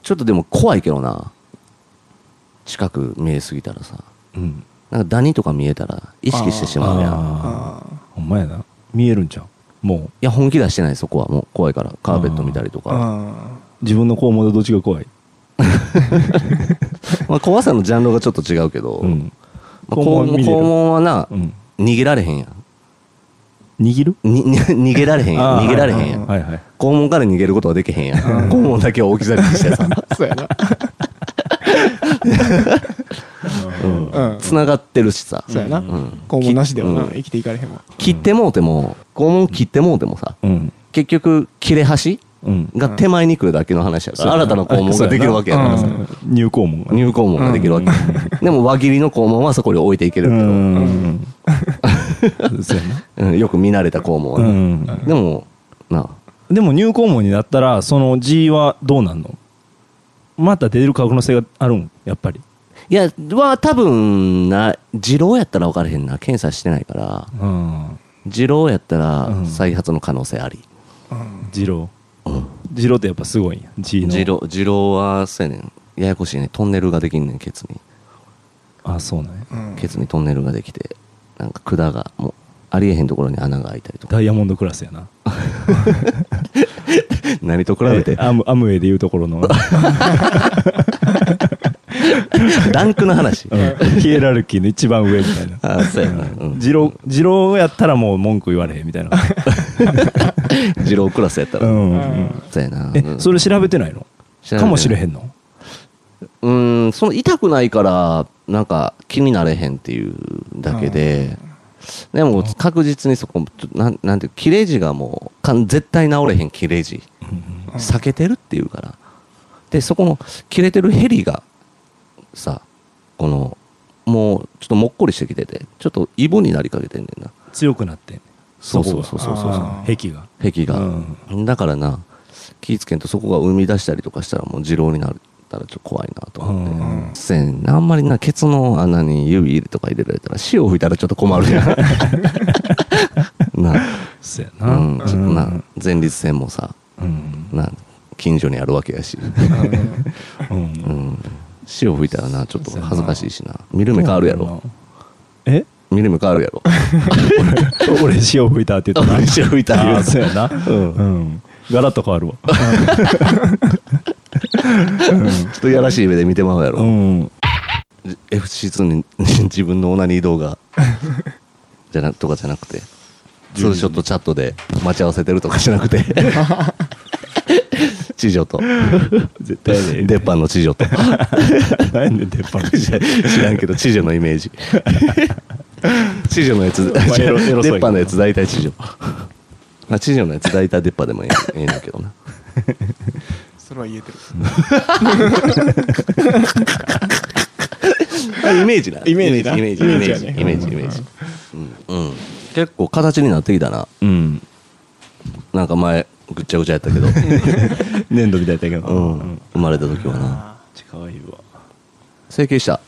Speaker 3: ちょっとでも怖いけどな近く見えすぎたらさ
Speaker 1: うん
Speaker 3: なんかダニとか見えたら意識してしまうやん
Speaker 1: あ
Speaker 2: あ
Speaker 3: い
Speaker 1: あほんまやな見えるんちゃうもう
Speaker 3: や本気出してないそこはもう怖いからカーペット見たりと
Speaker 2: ー
Speaker 3: か
Speaker 2: あ
Speaker 1: 自分の肛門でどっちが怖い、
Speaker 3: まあ怖さのジャンルがちょっと違うけど、
Speaker 1: うん
Speaker 3: まあ、肛門
Speaker 1: 見れる
Speaker 3: 肛門はな、
Speaker 1: うん、
Speaker 3: 逃げられへんやん
Speaker 1: 握る
Speaker 3: に <laughs> 逃げられへんやん
Speaker 1: あー
Speaker 3: 逃げられへんや
Speaker 2: うんん
Speaker 1: はいはい
Speaker 3: 肛門から逃げることはできへんやん肛門だけは置き去りにしてさ
Speaker 2: ーそうやなうん、
Speaker 3: つながってるしさ
Speaker 2: そうやな、
Speaker 3: ん
Speaker 2: 肛門なしではな、
Speaker 3: うん
Speaker 2: 生きていかれへんわ
Speaker 3: 切ってもうても肛門切ってもうてもさ
Speaker 1: うん
Speaker 3: 結局切れ端
Speaker 1: うん
Speaker 3: が手前に来るだけの話やから新たな肛門ができるわけやから
Speaker 2: う
Speaker 3: さ
Speaker 2: ん
Speaker 1: 入肛門がね
Speaker 3: 入肛門ができるわけでも輪切りの肛門はそこに置いていける
Speaker 1: う
Speaker 3: けど
Speaker 1: ん <laughs> そうやな
Speaker 3: うんよく見慣れた肛門
Speaker 1: う
Speaker 3: は
Speaker 1: ん
Speaker 3: ねでもな
Speaker 1: でも入肛門になったらその G はどうなんのまた出る可能性があるんやっぱり
Speaker 3: いやは多分な二郎やったら分からへんな検査してないから
Speaker 1: うん
Speaker 3: 二郎やった
Speaker 1: う
Speaker 3: ら
Speaker 1: ん
Speaker 3: 再発の可能性あり、
Speaker 1: 二郎
Speaker 3: うん、
Speaker 1: 二郎ってやっぱすごいんや G の
Speaker 3: 二郎二郎はそうやねんややこしいねトンネルができんねんケツに
Speaker 1: あそうなんや
Speaker 2: うん
Speaker 3: ケツにトンネルができてなんか管がもうありえへんところに穴が開いた
Speaker 1: <laughs>
Speaker 3: りとか
Speaker 1: ダイヤモンドクラスやな
Speaker 3: 何と比べて
Speaker 1: えアムアムウェイでいうところの、うん
Speaker 3: ランクの話 <laughs>
Speaker 1: ヒエラルキーの一番上みたいな
Speaker 3: あそうやな、うん、
Speaker 1: 二郎二郎やったらもう文句言われへんみたい
Speaker 3: <laughs>
Speaker 1: な
Speaker 3: 二郎クラスやった
Speaker 1: う
Speaker 3: ら、
Speaker 1: ん、
Speaker 3: そうやな
Speaker 1: えそれ調べてないのかもしれへ
Speaker 3: ん
Speaker 1: んの
Speaker 3: うんその痛くないからなんか気になれへんっていうだけででも確実にそこちょなんなんていう切れ字がもうかん絶対治れへん切れ字避けてるっていうからでそこの切れてるヘリがさこのもうちょっともっこりしてきててちょっとイボになりかけてんねんな
Speaker 1: 強くなってん
Speaker 3: そう
Speaker 1: こ
Speaker 3: そ
Speaker 1: が
Speaker 3: うそうそうそう
Speaker 2: あ
Speaker 1: 壁が
Speaker 3: 壁が、だからな気ぃつけんとそこが生み出したりとかしたらもう二郎になったらちょっと怖いなと思って、
Speaker 1: うん
Speaker 3: せやねんなあんまりなケツの穴に指入れとか入れられたら塩吹いたらちょっと困るや <laughs> んな
Speaker 1: そうや
Speaker 3: あ、
Speaker 1: な
Speaker 3: うんちょっとな前立腺もさ
Speaker 1: うん
Speaker 3: な近所にあるわけやし、
Speaker 1: う
Speaker 3: うんん、塩吹いたらなちょっと恥ずかしいしな見る目変わるやろ
Speaker 1: え
Speaker 3: 見る目変わるやろ
Speaker 1: 俺塩吹いたって言ったな
Speaker 3: <laughs> 塩吹いたら
Speaker 1: あ
Speaker 3: 言
Speaker 1: あ
Speaker 3: う
Speaker 1: そうやな
Speaker 3: うん
Speaker 1: うんガラッと変わるわ
Speaker 3: ちょっとやらしい目で見てまうやろ、 <laughs>
Speaker 1: うん、
Speaker 3: FC2 に <laughs> 自分のオナニー動画じゃなとかじゃなくてツーショットチャットで待ち合わせてるとかじゃな
Speaker 1: <laughs>
Speaker 3: くて知女と
Speaker 1: 絶対
Speaker 3: <laughs>
Speaker 1: やで
Speaker 3: 出っ歯の知女と
Speaker 1: 何やねん出っ
Speaker 3: <laughs>
Speaker 1: 歯の
Speaker 3: 知らんけど知女のイメー <laughs> ジ知女のやつ出
Speaker 1: エロエロそうやけど
Speaker 3: っ歯のやつ大体知女まあ知女のやつ大体出っ歯でもええええねんけどな
Speaker 2: それは言えてる
Speaker 3: イメージな
Speaker 2: イメージな
Speaker 3: イメージイメージイメージイメージうんうん結構形になってきたな
Speaker 1: うん
Speaker 3: なんか前ぐっちゃぐちゃやったけど
Speaker 1: 粘土みたいだけど
Speaker 3: うん、生まれた時はな
Speaker 2: あ
Speaker 1: ちかわいいわ
Speaker 3: 整形した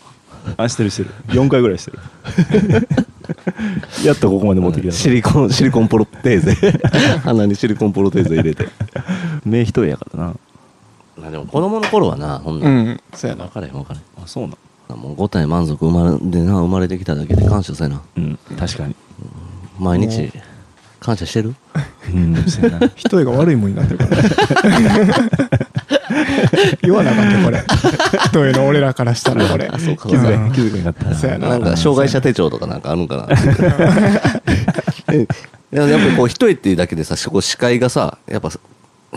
Speaker 1: あしてるしてる4回ぐらいして <laughs> るやっとここまで持ってきた
Speaker 3: シリコンシリコンプロテー <laughs> ゼ鼻にシリコンプロテーゼ入れて
Speaker 1: 目一重やからな
Speaker 3: まあでも子供の頃はなほ
Speaker 2: ー
Speaker 3: ん
Speaker 2: う
Speaker 3: なん
Speaker 2: んそうや
Speaker 3: 分
Speaker 2: な
Speaker 3: からへん分からへん
Speaker 1: あそうなん
Speaker 3: あもう5体満足生まれでな生まれてきただけで感謝せな
Speaker 1: うん確かに
Speaker 3: 毎日感謝してる
Speaker 1: うんせやな
Speaker 2: 一重が悪いもんになってるから <laughs> ね言わなあかんねこれ一重の俺らからしたらこれ
Speaker 3: あそうか
Speaker 1: 気づ
Speaker 2: う
Speaker 1: か
Speaker 2: ん
Speaker 1: 気づかなかった
Speaker 2: そうや
Speaker 1: な
Speaker 2: な
Speaker 3: <laughs> なんか障害者手帳とかなんかあるんかなえでもやっぱりこう一重っていうだけでさこう視界がさやっぱ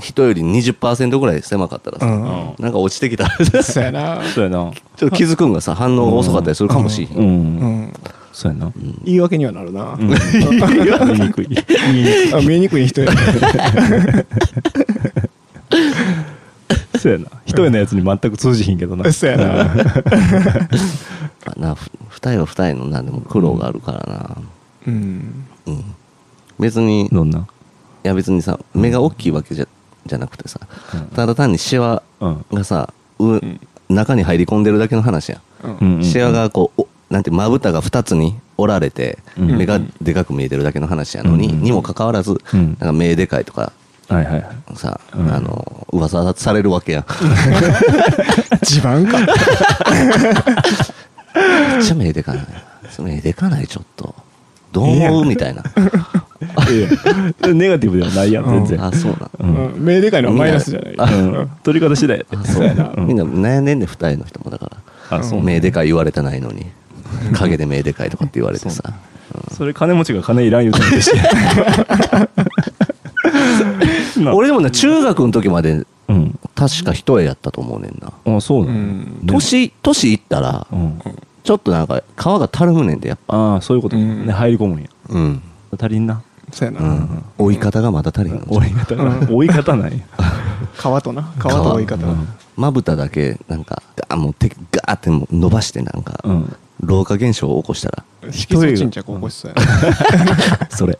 Speaker 3: 人より20%ぐらい狭かったらさ、
Speaker 2: うん
Speaker 3: なんか落ちてきたらち
Speaker 2: そうやな
Speaker 1: そうやな
Speaker 3: ょっと気づくんがさ反応が遅かったりするかもしれへん、
Speaker 1: うん、
Speaker 2: うん
Speaker 1: そうやな、
Speaker 2: 言い訳にはなるな、
Speaker 1: うん、言いにく <laughs> い言いに
Speaker 2: あ見えにくい人や
Speaker 1: くいそうやな一重のやつに全く通じひんけどな
Speaker 2: そうやな
Speaker 3: まあなふ二重は二重のなでも苦労があるからな、
Speaker 2: うん
Speaker 3: うん別に
Speaker 1: どんない
Speaker 3: や別にさ目が大きいわけじゃじゃなくてさただ単にシワ
Speaker 1: うん
Speaker 3: がさ、う
Speaker 2: うん
Speaker 3: 中に入り込んでるだけの話やん、
Speaker 2: うん
Speaker 1: うんうん
Speaker 3: シワがこうおなんてまぶたが2つに折られて、
Speaker 1: うん
Speaker 3: 目がでかく見えてるだけの話やのに、
Speaker 1: うん
Speaker 3: にもかかわらず、
Speaker 1: うん
Speaker 3: なんか目でかいとか
Speaker 1: はいはいはい
Speaker 3: さ、
Speaker 1: うん
Speaker 3: あの噂されるわけ
Speaker 1: <laughs>
Speaker 3: やん
Speaker 2: 地盤か
Speaker 3: めっちゃ目でかない目でかないちょっとどう思うみ
Speaker 1: <laughs>
Speaker 3: たいな、
Speaker 1: いやいやネガティブではないやん全然
Speaker 3: あそうなん
Speaker 1: うん
Speaker 2: うん目でかいのはマイナスじゃない
Speaker 3: みんなあ
Speaker 1: うん取り方次第やで
Speaker 3: あそうやな、みんな悩んでんね二重の人もだから
Speaker 1: あそう
Speaker 3: 目でかい言われてないのに陰で目でかいとかって言われてさ
Speaker 1: それ金持ちが金いらん言うてる
Speaker 2: <laughs>
Speaker 1: してな
Speaker 3: 俺でもね中学の時まで
Speaker 1: うん
Speaker 3: 確か一重やったと思うねんな
Speaker 1: あそうだ
Speaker 2: う
Speaker 1: ね
Speaker 2: ん
Speaker 3: 年年いったら
Speaker 1: うん
Speaker 3: ちょっとなんか皮がたるむねんでやっぱ
Speaker 1: ああそういうこと
Speaker 2: うん
Speaker 1: ね入り込むんや
Speaker 3: うん、
Speaker 1: 足りんな
Speaker 2: そうや
Speaker 3: う、
Speaker 2: なん
Speaker 3: 追い方がまだ足りへんの
Speaker 1: 追い方が追い方ない
Speaker 2: 川とな川と追い方な
Speaker 3: う
Speaker 2: ん
Speaker 3: まぶただけなんかあもう手ガーってもう伸ばしてなんか、
Speaker 1: うん
Speaker 3: 老化現象を起こしたら
Speaker 2: 色素沈着起こしそうやな <laughs>
Speaker 3: それ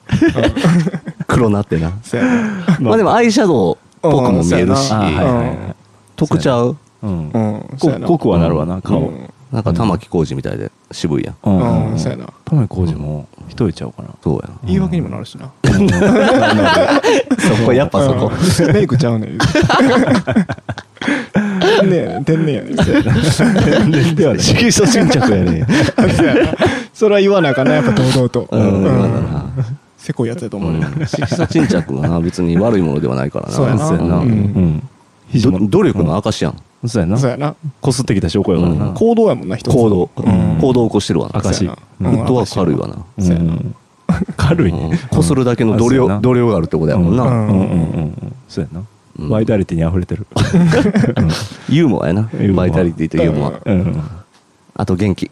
Speaker 3: 黒なってな
Speaker 2: そうやな
Speaker 3: まあでもアイシャドウっぽくも見えるし
Speaker 2: う
Speaker 1: ああ
Speaker 2: ん
Speaker 1: はいはいはいはい
Speaker 3: 特ちゃう
Speaker 1: うん
Speaker 2: うんそうやな
Speaker 1: 濃くはなるわな顔
Speaker 2: うん
Speaker 3: なんか玉置浩二みたいで渋いやん
Speaker 1: う
Speaker 2: うんんそうやな
Speaker 1: 玉置浩二も一人ちゃうか
Speaker 2: <laughs>
Speaker 1: な
Speaker 3: そうやん
Speaker 2: 言い訳にもなるしな
Speaker 3: そこやっぱそこ
Speaker 2: うんメイクちゃうねん天然やねん天然やねん
Speaker 1: 全然ではない色素沈着やね
Speaker 2: そうやなそれは言わなあかんなやっぱ堂々と
Speaker 3: うん
Speaker 2: うん
Speaker 3: 今だな
Speaker 2: せこいやつやと思うねん
Speaker 3: 色素沈着はな別に悪いものではないからな
Speaker 2: そうやな
Speaker 1: そうやな
Speaker 2: う
Speaker 1: うんん肘
Speaker 3: ど
Speaker 1: も
Speaker 3: 努力の証やん
Speaker 1: そうやな
Speaker 2: そうやな
Speaker 1: こすってきた証拠やから
Speaker 3: う
Speaker 1: なん
Speaker 2: 行動やもんな一つ
Speaker 3: 行動
Speaker 1: ん
Speaker 3: 行動を起こしてるわな
Speaker 1: 証
Speaker 2: そうや
Speaker 3: フ
Speaker 2: な
Speaker 3: ットワーク軽いわな
Speaker 1: う
Speaker 2: そうやなん
Speaker 1: 軽いね
Speaker 3: こするだけの度
Speaker 1: うんあそうや
Speaker 3: 量
Speaker 1: な
Speaker 3: 度量があるってことやもん
Speaker 2: う
Speaker 3: なん
Speaker 1: うんうんうんうんそうやな
Speaker 3: うん
Speaker 1: バイタリティに溢れてる
Speaker 3: ユーモアやな
Speaker 1: ユーモア
Speaker 3: バイタリティとユーモア
Speaker 1: <laughs> うんうん
Speaker 3: あと元気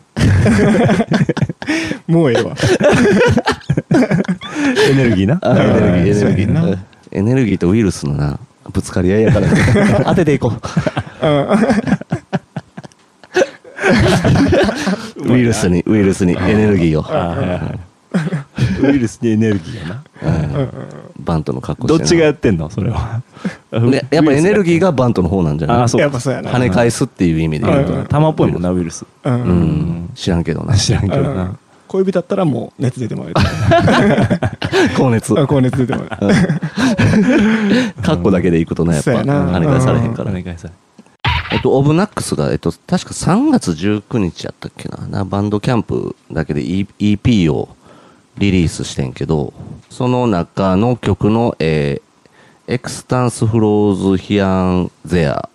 Speaker 2: もうええわ
Speaker 1: エネルギーな
Speaker 3: あエネルギー
Speaker 2: そうや
Speaker 3: エネルギー
Speaker 2: な
Speaker 3: うんエネルギーとウイルスのなぶつかり合いやから当ててい <laughs> こうウイルスにウイルスにエネルギーを
Speaker 1: あはいはいウイルスにエネルギーや <laughs> な
Speaker 3: バントの格好
Speaker 1: どっ
Speaker 3: し
Speaker 1: て
Speaker 3: な
Speaker 1: ちがやってんのそれは
Speaker 3: ねやっぱエネルギーがバントの方なんじゃない
Speaker 1: あそうか
Speaker 2: やっぱそうやな
Speaker 3: 跳ね返すっていう意味で言うと
Speaker 2: うん
Speaker 3: ね
Speaker 1: 玉っぽいもんなウイルス
Speaker 2: う
Speaker 3: うんん知らんけどな
Speaker 1: 知らんけど
Speaker 2: う
Speaker 1: なん
Speaker 2: 恋人だったらもう熱出てもらえる
Speaker 3: 高熱
Speaker 2: あ高熱出てもらえる
Speaker 3: カッコだけでいくとねやっぱ
Speaker 2: そうやな
Speaker 3: 跳ね返されへんか
Speaker 1: お
Speaker 3: ら
Speaker 1: 願いさ
Speaker 3: えっとオブナックスがえっと確か3月19日やったっけななバンドキャンプだけで E- EP をリリースしてんけどその中の曲のえーエクスタンスフローズヒアンゼア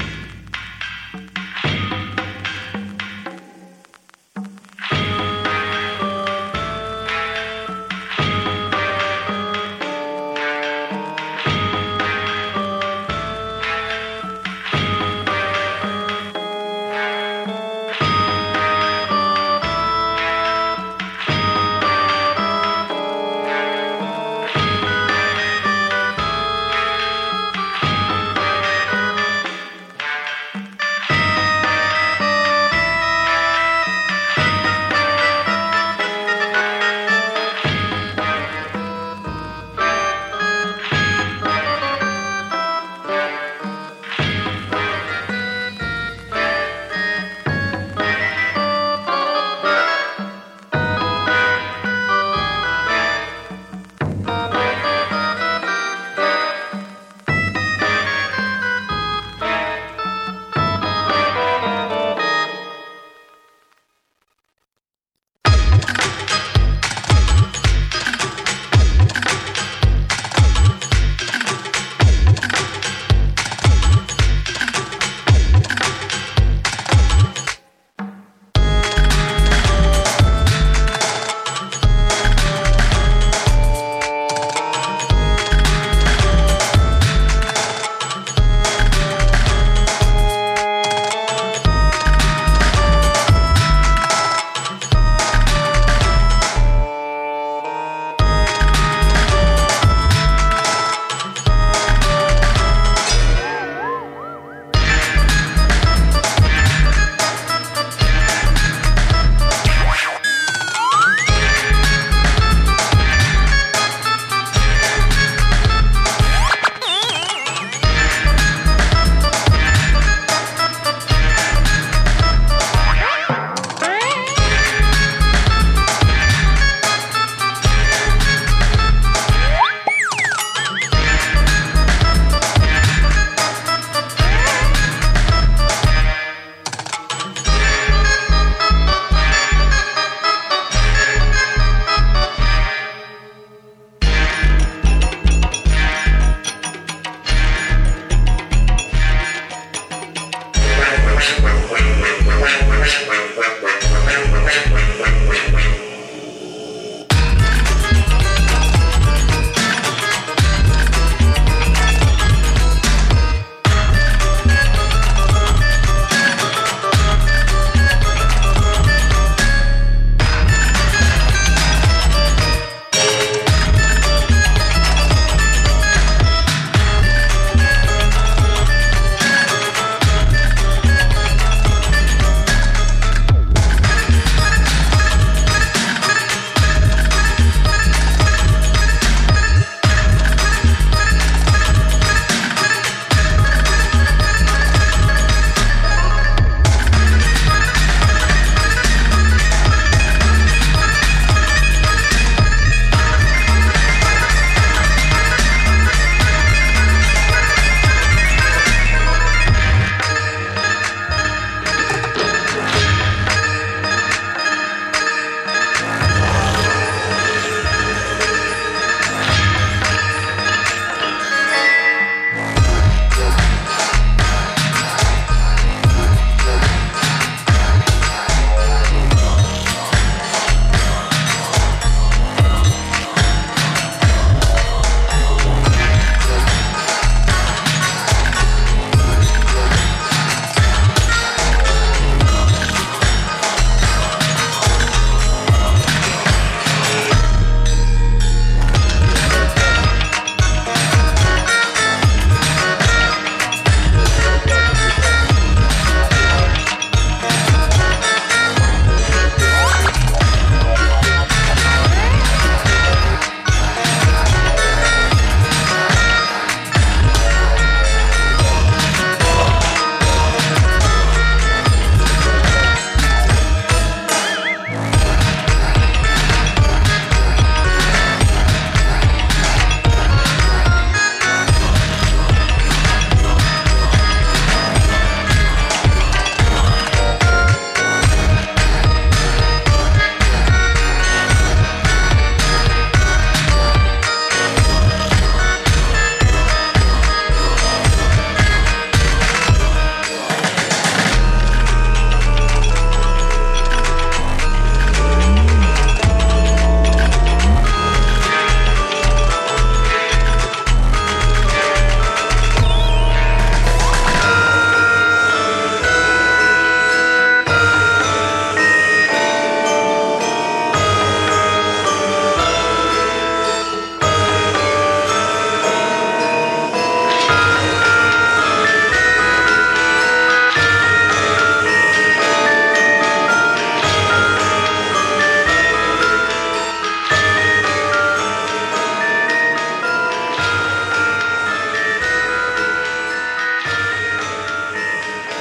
Speaker 4: 「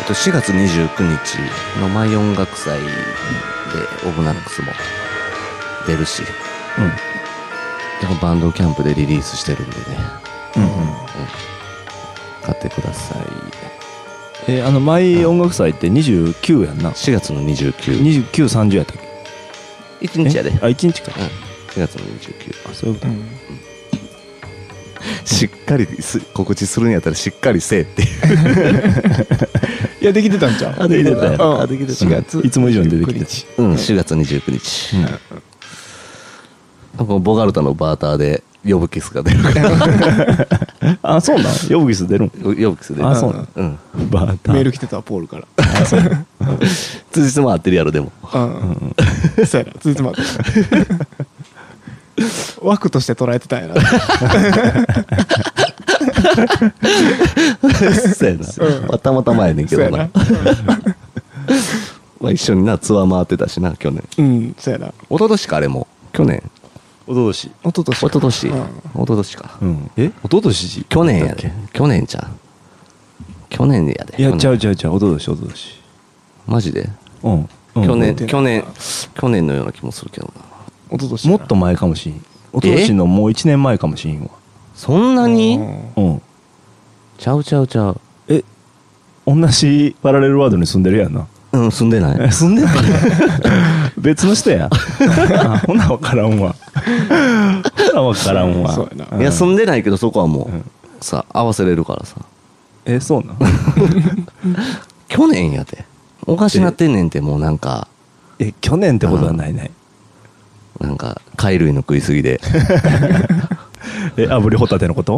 Speaker 3: 4月29日の舞音楽祭でオブナックスも出るし、でもバンドキャンプでリリースしてるんでね、うん買ってください
Speaker 1: えあの舞音楽祭って29やんな
Speaker 3: 4月の29
Speaker 1: 2930やったっけ
Speaker 3: 1日やで、う
Speaker 1: え
Speaker 3: ん、
Speaker 1: あ1日か
Speaker 3: 4月の29
Speaker 1: あそういうこ
Speaker 2: う
Speaker 1: と
Speaker 2: ん
Speaker 3: しっかりす告知するんやったらしっかりせえって <laughs>
Speaker 2: いやできてたんちゃう
Speaker 1: あできてたやん
Speaker 2: うん
Speaker 1: あできてた
Speaker 2: 4月
Speaker 1: いつも以上に出てきて
Speaker 2: 29日
Speaker 3: うん、4月29日、
Speaker 1: うん
Speaker 3: このボガルタのバーターで呼ぶキスが出るから <laughs>
Speaker 1: あそうなんヨブギス出るん
Speaker 3: 呼ぶキスで
Speaker 1: あそうなん
Speaker 3: うん
Speaker 1: バータ
Speaker 2: メール来てたわポールから
Speaker 3: 通じても合ってるやろでも
Speaker 2: うんそうやなついつまって枠として捉えてたんやな
Speaker 3: <laughs> <laughs> そうやな、まあたまたまやねんけ
Speaker 2: そう
Speaker 3: ど
Speaker 2: や
Speaker 3: な
Speaker 2: な
Speaker 3: まあ、一緒になツアー回ってたしな去年
Speaker 2: うんそうやな
Speaker 3: 一昨年かあれも去年
Speaker 1: おととし
Speaker 2: 一昨年
Speaker 3: 一昨年、
Speaker 2: うん
Speaker 3: 一昨年か、
Speaker 1: うんえおととし
Speaker 3: 去年や
Speaker 1: だっけ
Speaker 3: で去年じゃん去年やで
Speaker 1: いや
Speaker 3: 去年
Speaker 1: ちゃうちゃうちゃうおととしおととし
Speaker 3: マジで、
Speaker 1: うんうん
Speaker 3: 去
Speaker 2: う
Speaker 3: 年
Speaker 2: ん
Speaker 3: 去年去年のような気もするけどな
Speaker 2: 一昨年
Speaker 1: もっと前かもしんおととしのもう1年前かもしんわ
Speaker 3: そんなに、
Speaker 2: うん
Speaker 1: うん
Speaker 3: ちゃうちゃうちゃう
Speaker 1: え同じパラレルワードに住んでるやんな
Speaker 3: うん住んでない
Speaker 1: え住んでない <laughs> 別の人や <laughs> あほな分からんわほな分からんわ
Speaker 2: そうやなん
Speaker 3: いや住んでないけどそこはもう、
Speaker 1: ん
Speaker 3: さ合わせれるからさ
Speaker 1: えそうなん
Speaker 3: 去年やておかしなってんねんてもうなんか
Speaker 1: <laughs> え去年ってことはないない
Speaker 3: なんか貝類の食いす
Speaker 1: <laughs>
Speaker 3: ぎで
Speaker 1: え炙りホタテのこと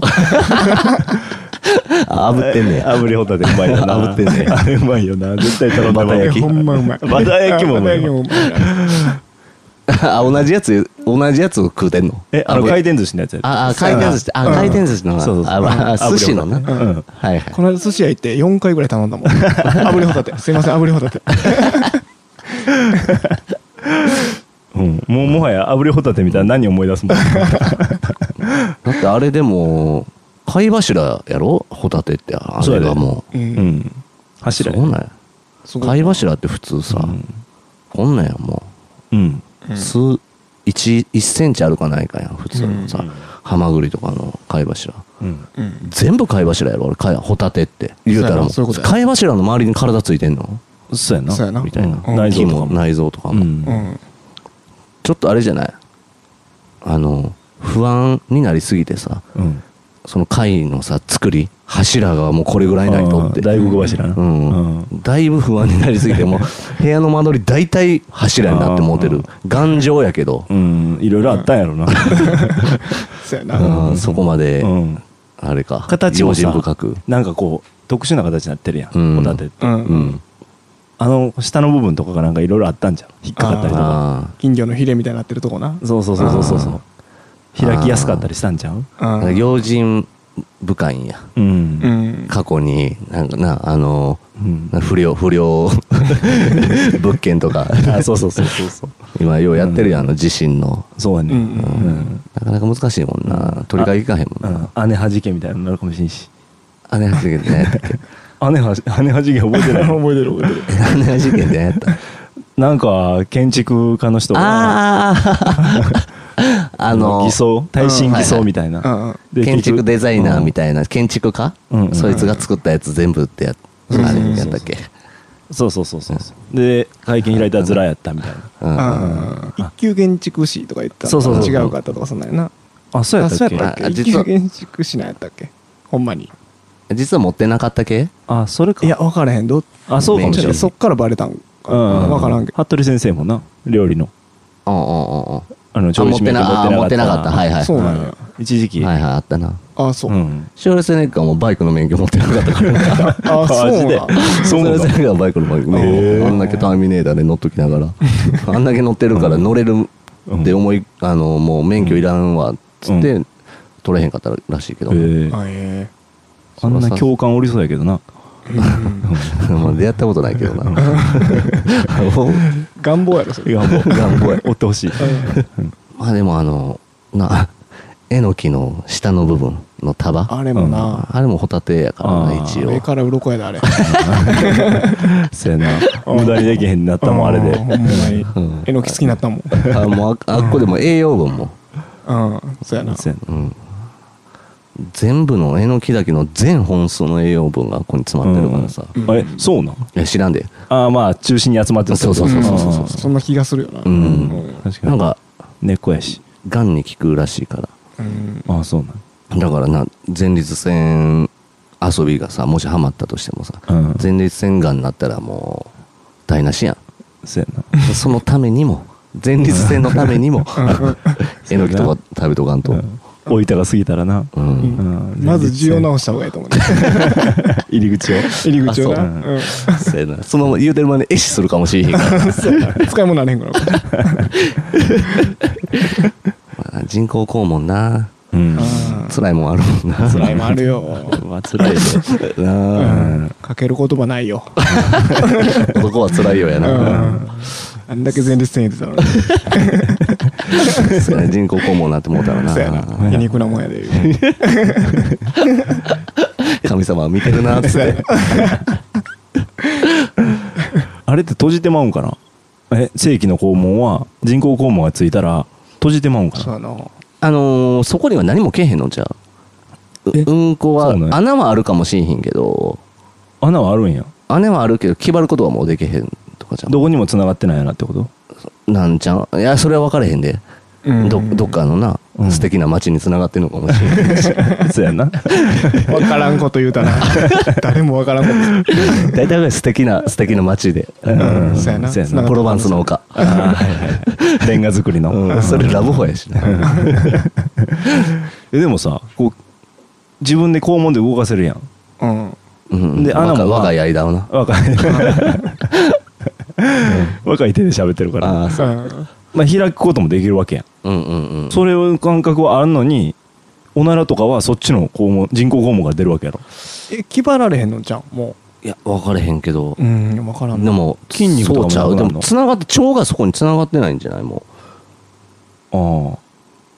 Speaker 3: あぶってんねや
Speaker 1: <laughs> 炙りホタテうまいよな
Speaker 3: 炙ってんね
Speaker 1: あれ <laughs> うまいよな絶対 <laughs> 頼んだ
Speaker 3: バタ焼き
Speaker 2: ほんまうまい
Speaker 1: バタ焼きもうまいわ
Speaker 2: バタ焼きもうまいな
Speaker 3: あ同じやつ同じやつを食うてんの
Speaker 1: えあの
Speaker 3: ぶ
Speaker 1: 回転寿司のやつや
Speaker 3: ああ回転寿司あ
Speaker 2: うん
Speaker 3: 回転寿司のな
Speaker 1: そうそうそう
Speaker 3: ああ
Speaker 1: うん
Speaker 3: 寿司のな
Speaker 1: 炙りホタテうん
Speaker 3: はいはい
Speaker 2: この間寿司屋行って4回ぐらい頼んだもん炙りホタテすいません炙りホタテ
Speaker 1: うんもうもはや炙りホタテ見たら何思い出すもん
Speaker 3: だってあれでも貝柱やろホタテってあ
Speaker 1: そう
Speaker 3: れ
Speaker 1: やで
Speaker 3: がもう
Speaker 2: うん
Speaker 1: うん柱や
Speaker 3: そうなんや
Speaker 2: すごい
Speaker 3: 貝柱って普通さ
Speaker 1: うん
Speaker 3: こんなんやも
Speaker 1: うん
Speaker 2: う
Speaker 3: うん数1一センチあるかないかやん普通の
Speaker 1: う
Speaker 3: さ
Speaker 1: ん
Speaker 3: ハマグリとかの貝柱
Speaker 1: うん
Speaker 2: うん
Speaker 3: 全部貝柱やろ俺貝ホタテって言うたらも
Speaker 2: そうやなそういうこと
Speaker 3: う
Speaker 2: や
Speaker 3: 貝柱の周りに体ついてんの
Speaker 1: そうやな
Speaker 2: そうやな
Speaker 3: みたいな
Speaker 1: うん内臓と
Speaker 3: 木
Speaker 1: か
Speaker 3: も
Speaker 1: も
Speaker 3: 内臓とか
Speaker 1: う
Speaker 3: も
Speaker 1: ん
Speaker 2: うん
Speaker 3: ちょっとあれじゃないあの不安になりすぎてさ
Speaker 1: うん
Speaker 3: その貝のさ作り柱がもうこれぐらいないとって
Speaker 1: うんだいぶ小柱な
Speaker 3: うん
Speaker 1: うん
Speaker 3: だいぶ不安になりすぎてもう部屋の間取り大体柱になって持て
Speaker 1: うん
Speaker 3: る頑丈やけど、
Speaker 1: うんいろいろあったんやろな
Speaker 2: そうや
Speaker 3: うん
Speaker 2: な
Speaker 3: そこまで、
Speaker 1: うん
Speaker 3: あれか
Speaker 1: 形
Speaker 3: 用
Speaker 1: もさ
Speaker 3: 心深く
Speaker 1: なんかこう特殊な形になってるやん、
Speaker 3: うん
Speaker 1: ホタテって、
Speaker 2: う
Speaker 3: うんん
Speaker 1: あの下の部分とかがなんかいろいろあったんじゃん引っかかったりとか
Speaker 3: あ
Speaker 2: 金魚のヒレみたいになってるとこな
Speaker 1: そうそうそうそうそうそう
Speaker 3: あー
Speaker 1: 開きやすかったりしたんじゃん
Speaker 3: あ
Speaker 2: うん
Speaker 3: 用心深いんや
Speaker 1: うん、
Speaker 2: うん
Speaker 3: 過去になんかなあの
Speaker 1: うん
Speaker 3: な不良不良物件とか
Speaker 1: あそうそうそうそうそう
Speaker 3: 今ようやってるやん、あの地震の
Speaker 1: そうやね
Speaker 2: うんうん
Speaker 1: う、
Speaker 2: うん
Speaker 3: なかなか難しいもんな取り替えいかへんもんな
Speaker 1: うん姉はじけみたいなのなるかもしれんし
Speaker 3: あれ事件でやったっけ
Speaker 1: 姉はじ <laughs> 姉はじけ覚えてない
Speaker 2: <laughs> 覚えてる覚えてる
Speaker 3: あれ事件でやった
Speaker 1: なんか建築家の人が
Speaker 3: あああの
Speaker 1: 偽装耐震偽装みたいな、
Speaker 2: うんうん
Speaker 1: で
Speaker 3: 建築デザイナーみ
Speaker 1: た
Speaker 3: たいな建築家
Speaker 1: うんうん
Speaker 3: そいつが作ったやつ全部ってや
Speaker 2: うん
Speaker 3: あれやったっけ
Speaker 1: いなそうそうそうそうそうで会見開いたらずらやったみたいな
Speaker 3: うん
Speaker 2: あー一級建築士とか言ったら
Speaker 1: そうそうそう
Speaker 2: 違うかったとかそんなんやな
Speaker 1: あそうや
Speaker 2: あ
Speaker 1: った
Speaker 2: そ
Speaker 1: っ
Speaker 2: う
Speaker 1: け
Speaker 2: やったっけ
Speaker 3: あ
Speaker 2: 一
Speaker 3: 実は
Speaker 2: 級建築士なんやったっけほんまに
Speaker 3: 実は持ってなかったけ
Speaker 1: あそれか
Speaker 2: いや分からへんどっ
Speaker 1: あそうかもし
Speaker 2: ち
Speaker 1: れ
Speaker 2: ょ
Speaker 1: な
Speaker 2: っ
Speaker 1: い
Speaker 2: とそっからバレたんか
Speaker 1: うん
Speaker 2: 分からんけど
Speaker 1: 服部先生もな料理の
Speaker 3: うんうんうんうん
Speaker 1: あの調理師免許
Speaker 3: あ持ってな
Speaker 1: 持
Speaker 3: あ持ってなかったはいはい
Speaker 2: そうなん
Speaker 1: う
Speaker 2: や
Speaker 1: ん一時期、、
Speaker 3: はいはいあったな
Speaker 2: あそううん
Speaker 3: ショーレスネッカーもバイクの免許持ってなかったから
Speaker 2: あそう
Speaker 1: マ
Speaker 2: なん
Speaker 1: ジで
Speaker 3: シ
Speaker 1: そ
Speaker 3: ョ
Speaker 1: う
Speaker 3: ー
Speaker 1: な
Speaker 3: レ
Speaker 1: ん
Speaker 3: ス
Speaker 1: だ
Speaker 3: ネッカーバイクの免許
Speaker 1: へー
Speaker 3: あんだけターミネーターで乗っときながらあんだけ乗ってるから乗れるって思いあのもう免許いらんわっつっ
Speaker 1: う
Speaker 3: て取れへんかったらしいけど
Speaker 1: ええ
Speaker 2: あえ
Speaker 1: あんな共感おりそうやけどな
Speaker 2: えうん
Speaker 3: <laughs> まあ出会ったことないけ
Speaker 1: <laughs>
Speaker 3: どな
Speaker 2: 願望やろそれ
Speaker 1: 願望
Speaker 3: 願望や
Speaker 1: 追ってほしい
Speaker 3: まあでもあのなえのきの下の部分の束
Speaker 2: あれもな、
Speaker 3: あれもホタテやから
Speaker 1: あ
Speaker 3: な
Speaker 1: ー
Speaker 3: 一
Speaker 2: 上
Speaker 3: 応
Speaker 2: から鱗やであれ
Speaker 1: せやな無駄にできへんなったもんあれ
Speaker 2: うんほん
Speaker 1: で
Speaker 2: まに
Speaker 3: うん
Speaker 2: えのき好きになったもん
Speaker 3: あもうああっこでも栄養分も、
Speaker 2: うんそうやな
Speaker 1: せやな
Speaker 3: うん、全部のえのきだけの全本数の栄養分がここに詰まってるからさ、い
Speaker 1: あえそうなん
Speaker 3: や知らんで
Speaker 1: ああまあ中心に集まってるってこと
Speaker 3: そうそうそうそうそう
Speaker 1: あー
Speaker 2: そんな気がするよな
Speaker 3: うん
Speaker 1: 確かに
Speaker 3: なんか
Speaker 1: 根っこやし
Speaker 3: がんに効くらしいから
Speaker 2: うん
Speaker 1: ああそうなん
Speaker 3: だからな前立腺遊びがさもしハマったとしてもさ、
Speaker 1: うん
Speaker 3: 前立腺がんになったらもう台無しやん
Speaker 1: せやな
Speaker 3: そのためにも前立腺のためにもえのきとか食べとかんと、
Speaker 1: うん置いたが過ぎたらな
Speaker 3: うん
Speaker 1: うん
Speaker 2: まず需要直した方がいいと思うね
Speaker 1: 入り口を
Speaker 2: 入り口をな
Speaker 1: あ
Speaker 2: うん
Speaker 3: そうやなそのまま言うてる間に壊死するかもしれへんから
Speaker 2: 使い物なれへんからこれ
Speaker 3: まあ人工肛門な
Speaker 1: うん
Speaker 3: 辛いもんあるもんな
Speaker 2: 辛いもあるよ
Speaker 1: まあ辛いで
Speaker 3: なあ
Speaker 2: かける言葉ないよ
Speaker 3: 男は辛いよや
Speaker 2: うん
Speaker 3: な
Speaker 2: あんだけ前立腺入れてたのに
Speaker 3: そうやな人工肛門なって思ったらな
Speaker 2: そうやな皮肉なもんやで
Speaker 3: 神様は見てるなっつって
Speaker 1: あれって閉じてまうんかなえ正規の肛門は人工肛門がついたら閉じてまうんか
Speaker 2: そう
Speaker 1: な
Speaker 2: やな
Speaker 3: あのーそこには何もけえへんのじゃう
Speaker 1: え
Speaker 3: ううんこは
Speaker 1: そうなんや
Speaker 3: 穴はあるかもしれへんけど
Speaker 1: 穴はあるんや
Speaker 3: 穴はあるけど気張ることはもうできへんとかじゃ
Speaker 1: どこにも繋がってないやなってこと
Speaker 3: んなんちゃういやそれは分かれへんでどどっかのな
Speaker 1: うん
Speaker 3: 素敵な街につながってんのかもしれ
Speaker 1: <laughs>
Speaker 3: へんし
Speaker 1: そうやんな
Speaker 2: 分からんこと言うたな誰も分からんこと言う
Speaker 3: 大体が素敵な素敵な街で
Speaker 2: うんそうやな
Speaker 1: そうや
Speaker 2: な
Speaker 1: な
Speaker 2: がっ
Speaker 3: プロバンスの丘
Speaker 1: あーはいはいはいレンガ作りの、
Speaker 3: うんそれラブホやしな
Speaker 1: えでもさこう自分で肛門で動かせるやん
Speaker 2: うん
Speaker 3: うん
Speaker 1: で穴も
Speaker 3: 若
Speaker 1: まあ
Speaker 3: 我が家間をな
Speaker 1: 若い若い手で喋ってるから
Speaker 3: ああそう
Speaker 1: まあ、開くこともできるわけやん、
Speaker 3: うんうんうん
Speaker 1: それを感覚はあるのにおならとかはそっちの肛門人工肛門が出るわけやろ
Speaker 2: え気張られへんのじゃんも
Speaker 3: いや分かれへんけど
Speaker 2: ううん分からん
Speaker 3: でも
Speaker 1: 筋肉とかも
Speaker 3: そうちゃう
Speaker 1: なく
Speaker 3: で
Speaker 1: なるの
Speaker 3: もつながって腸がそこにつながってないんじゃないも
Speaker 1: あ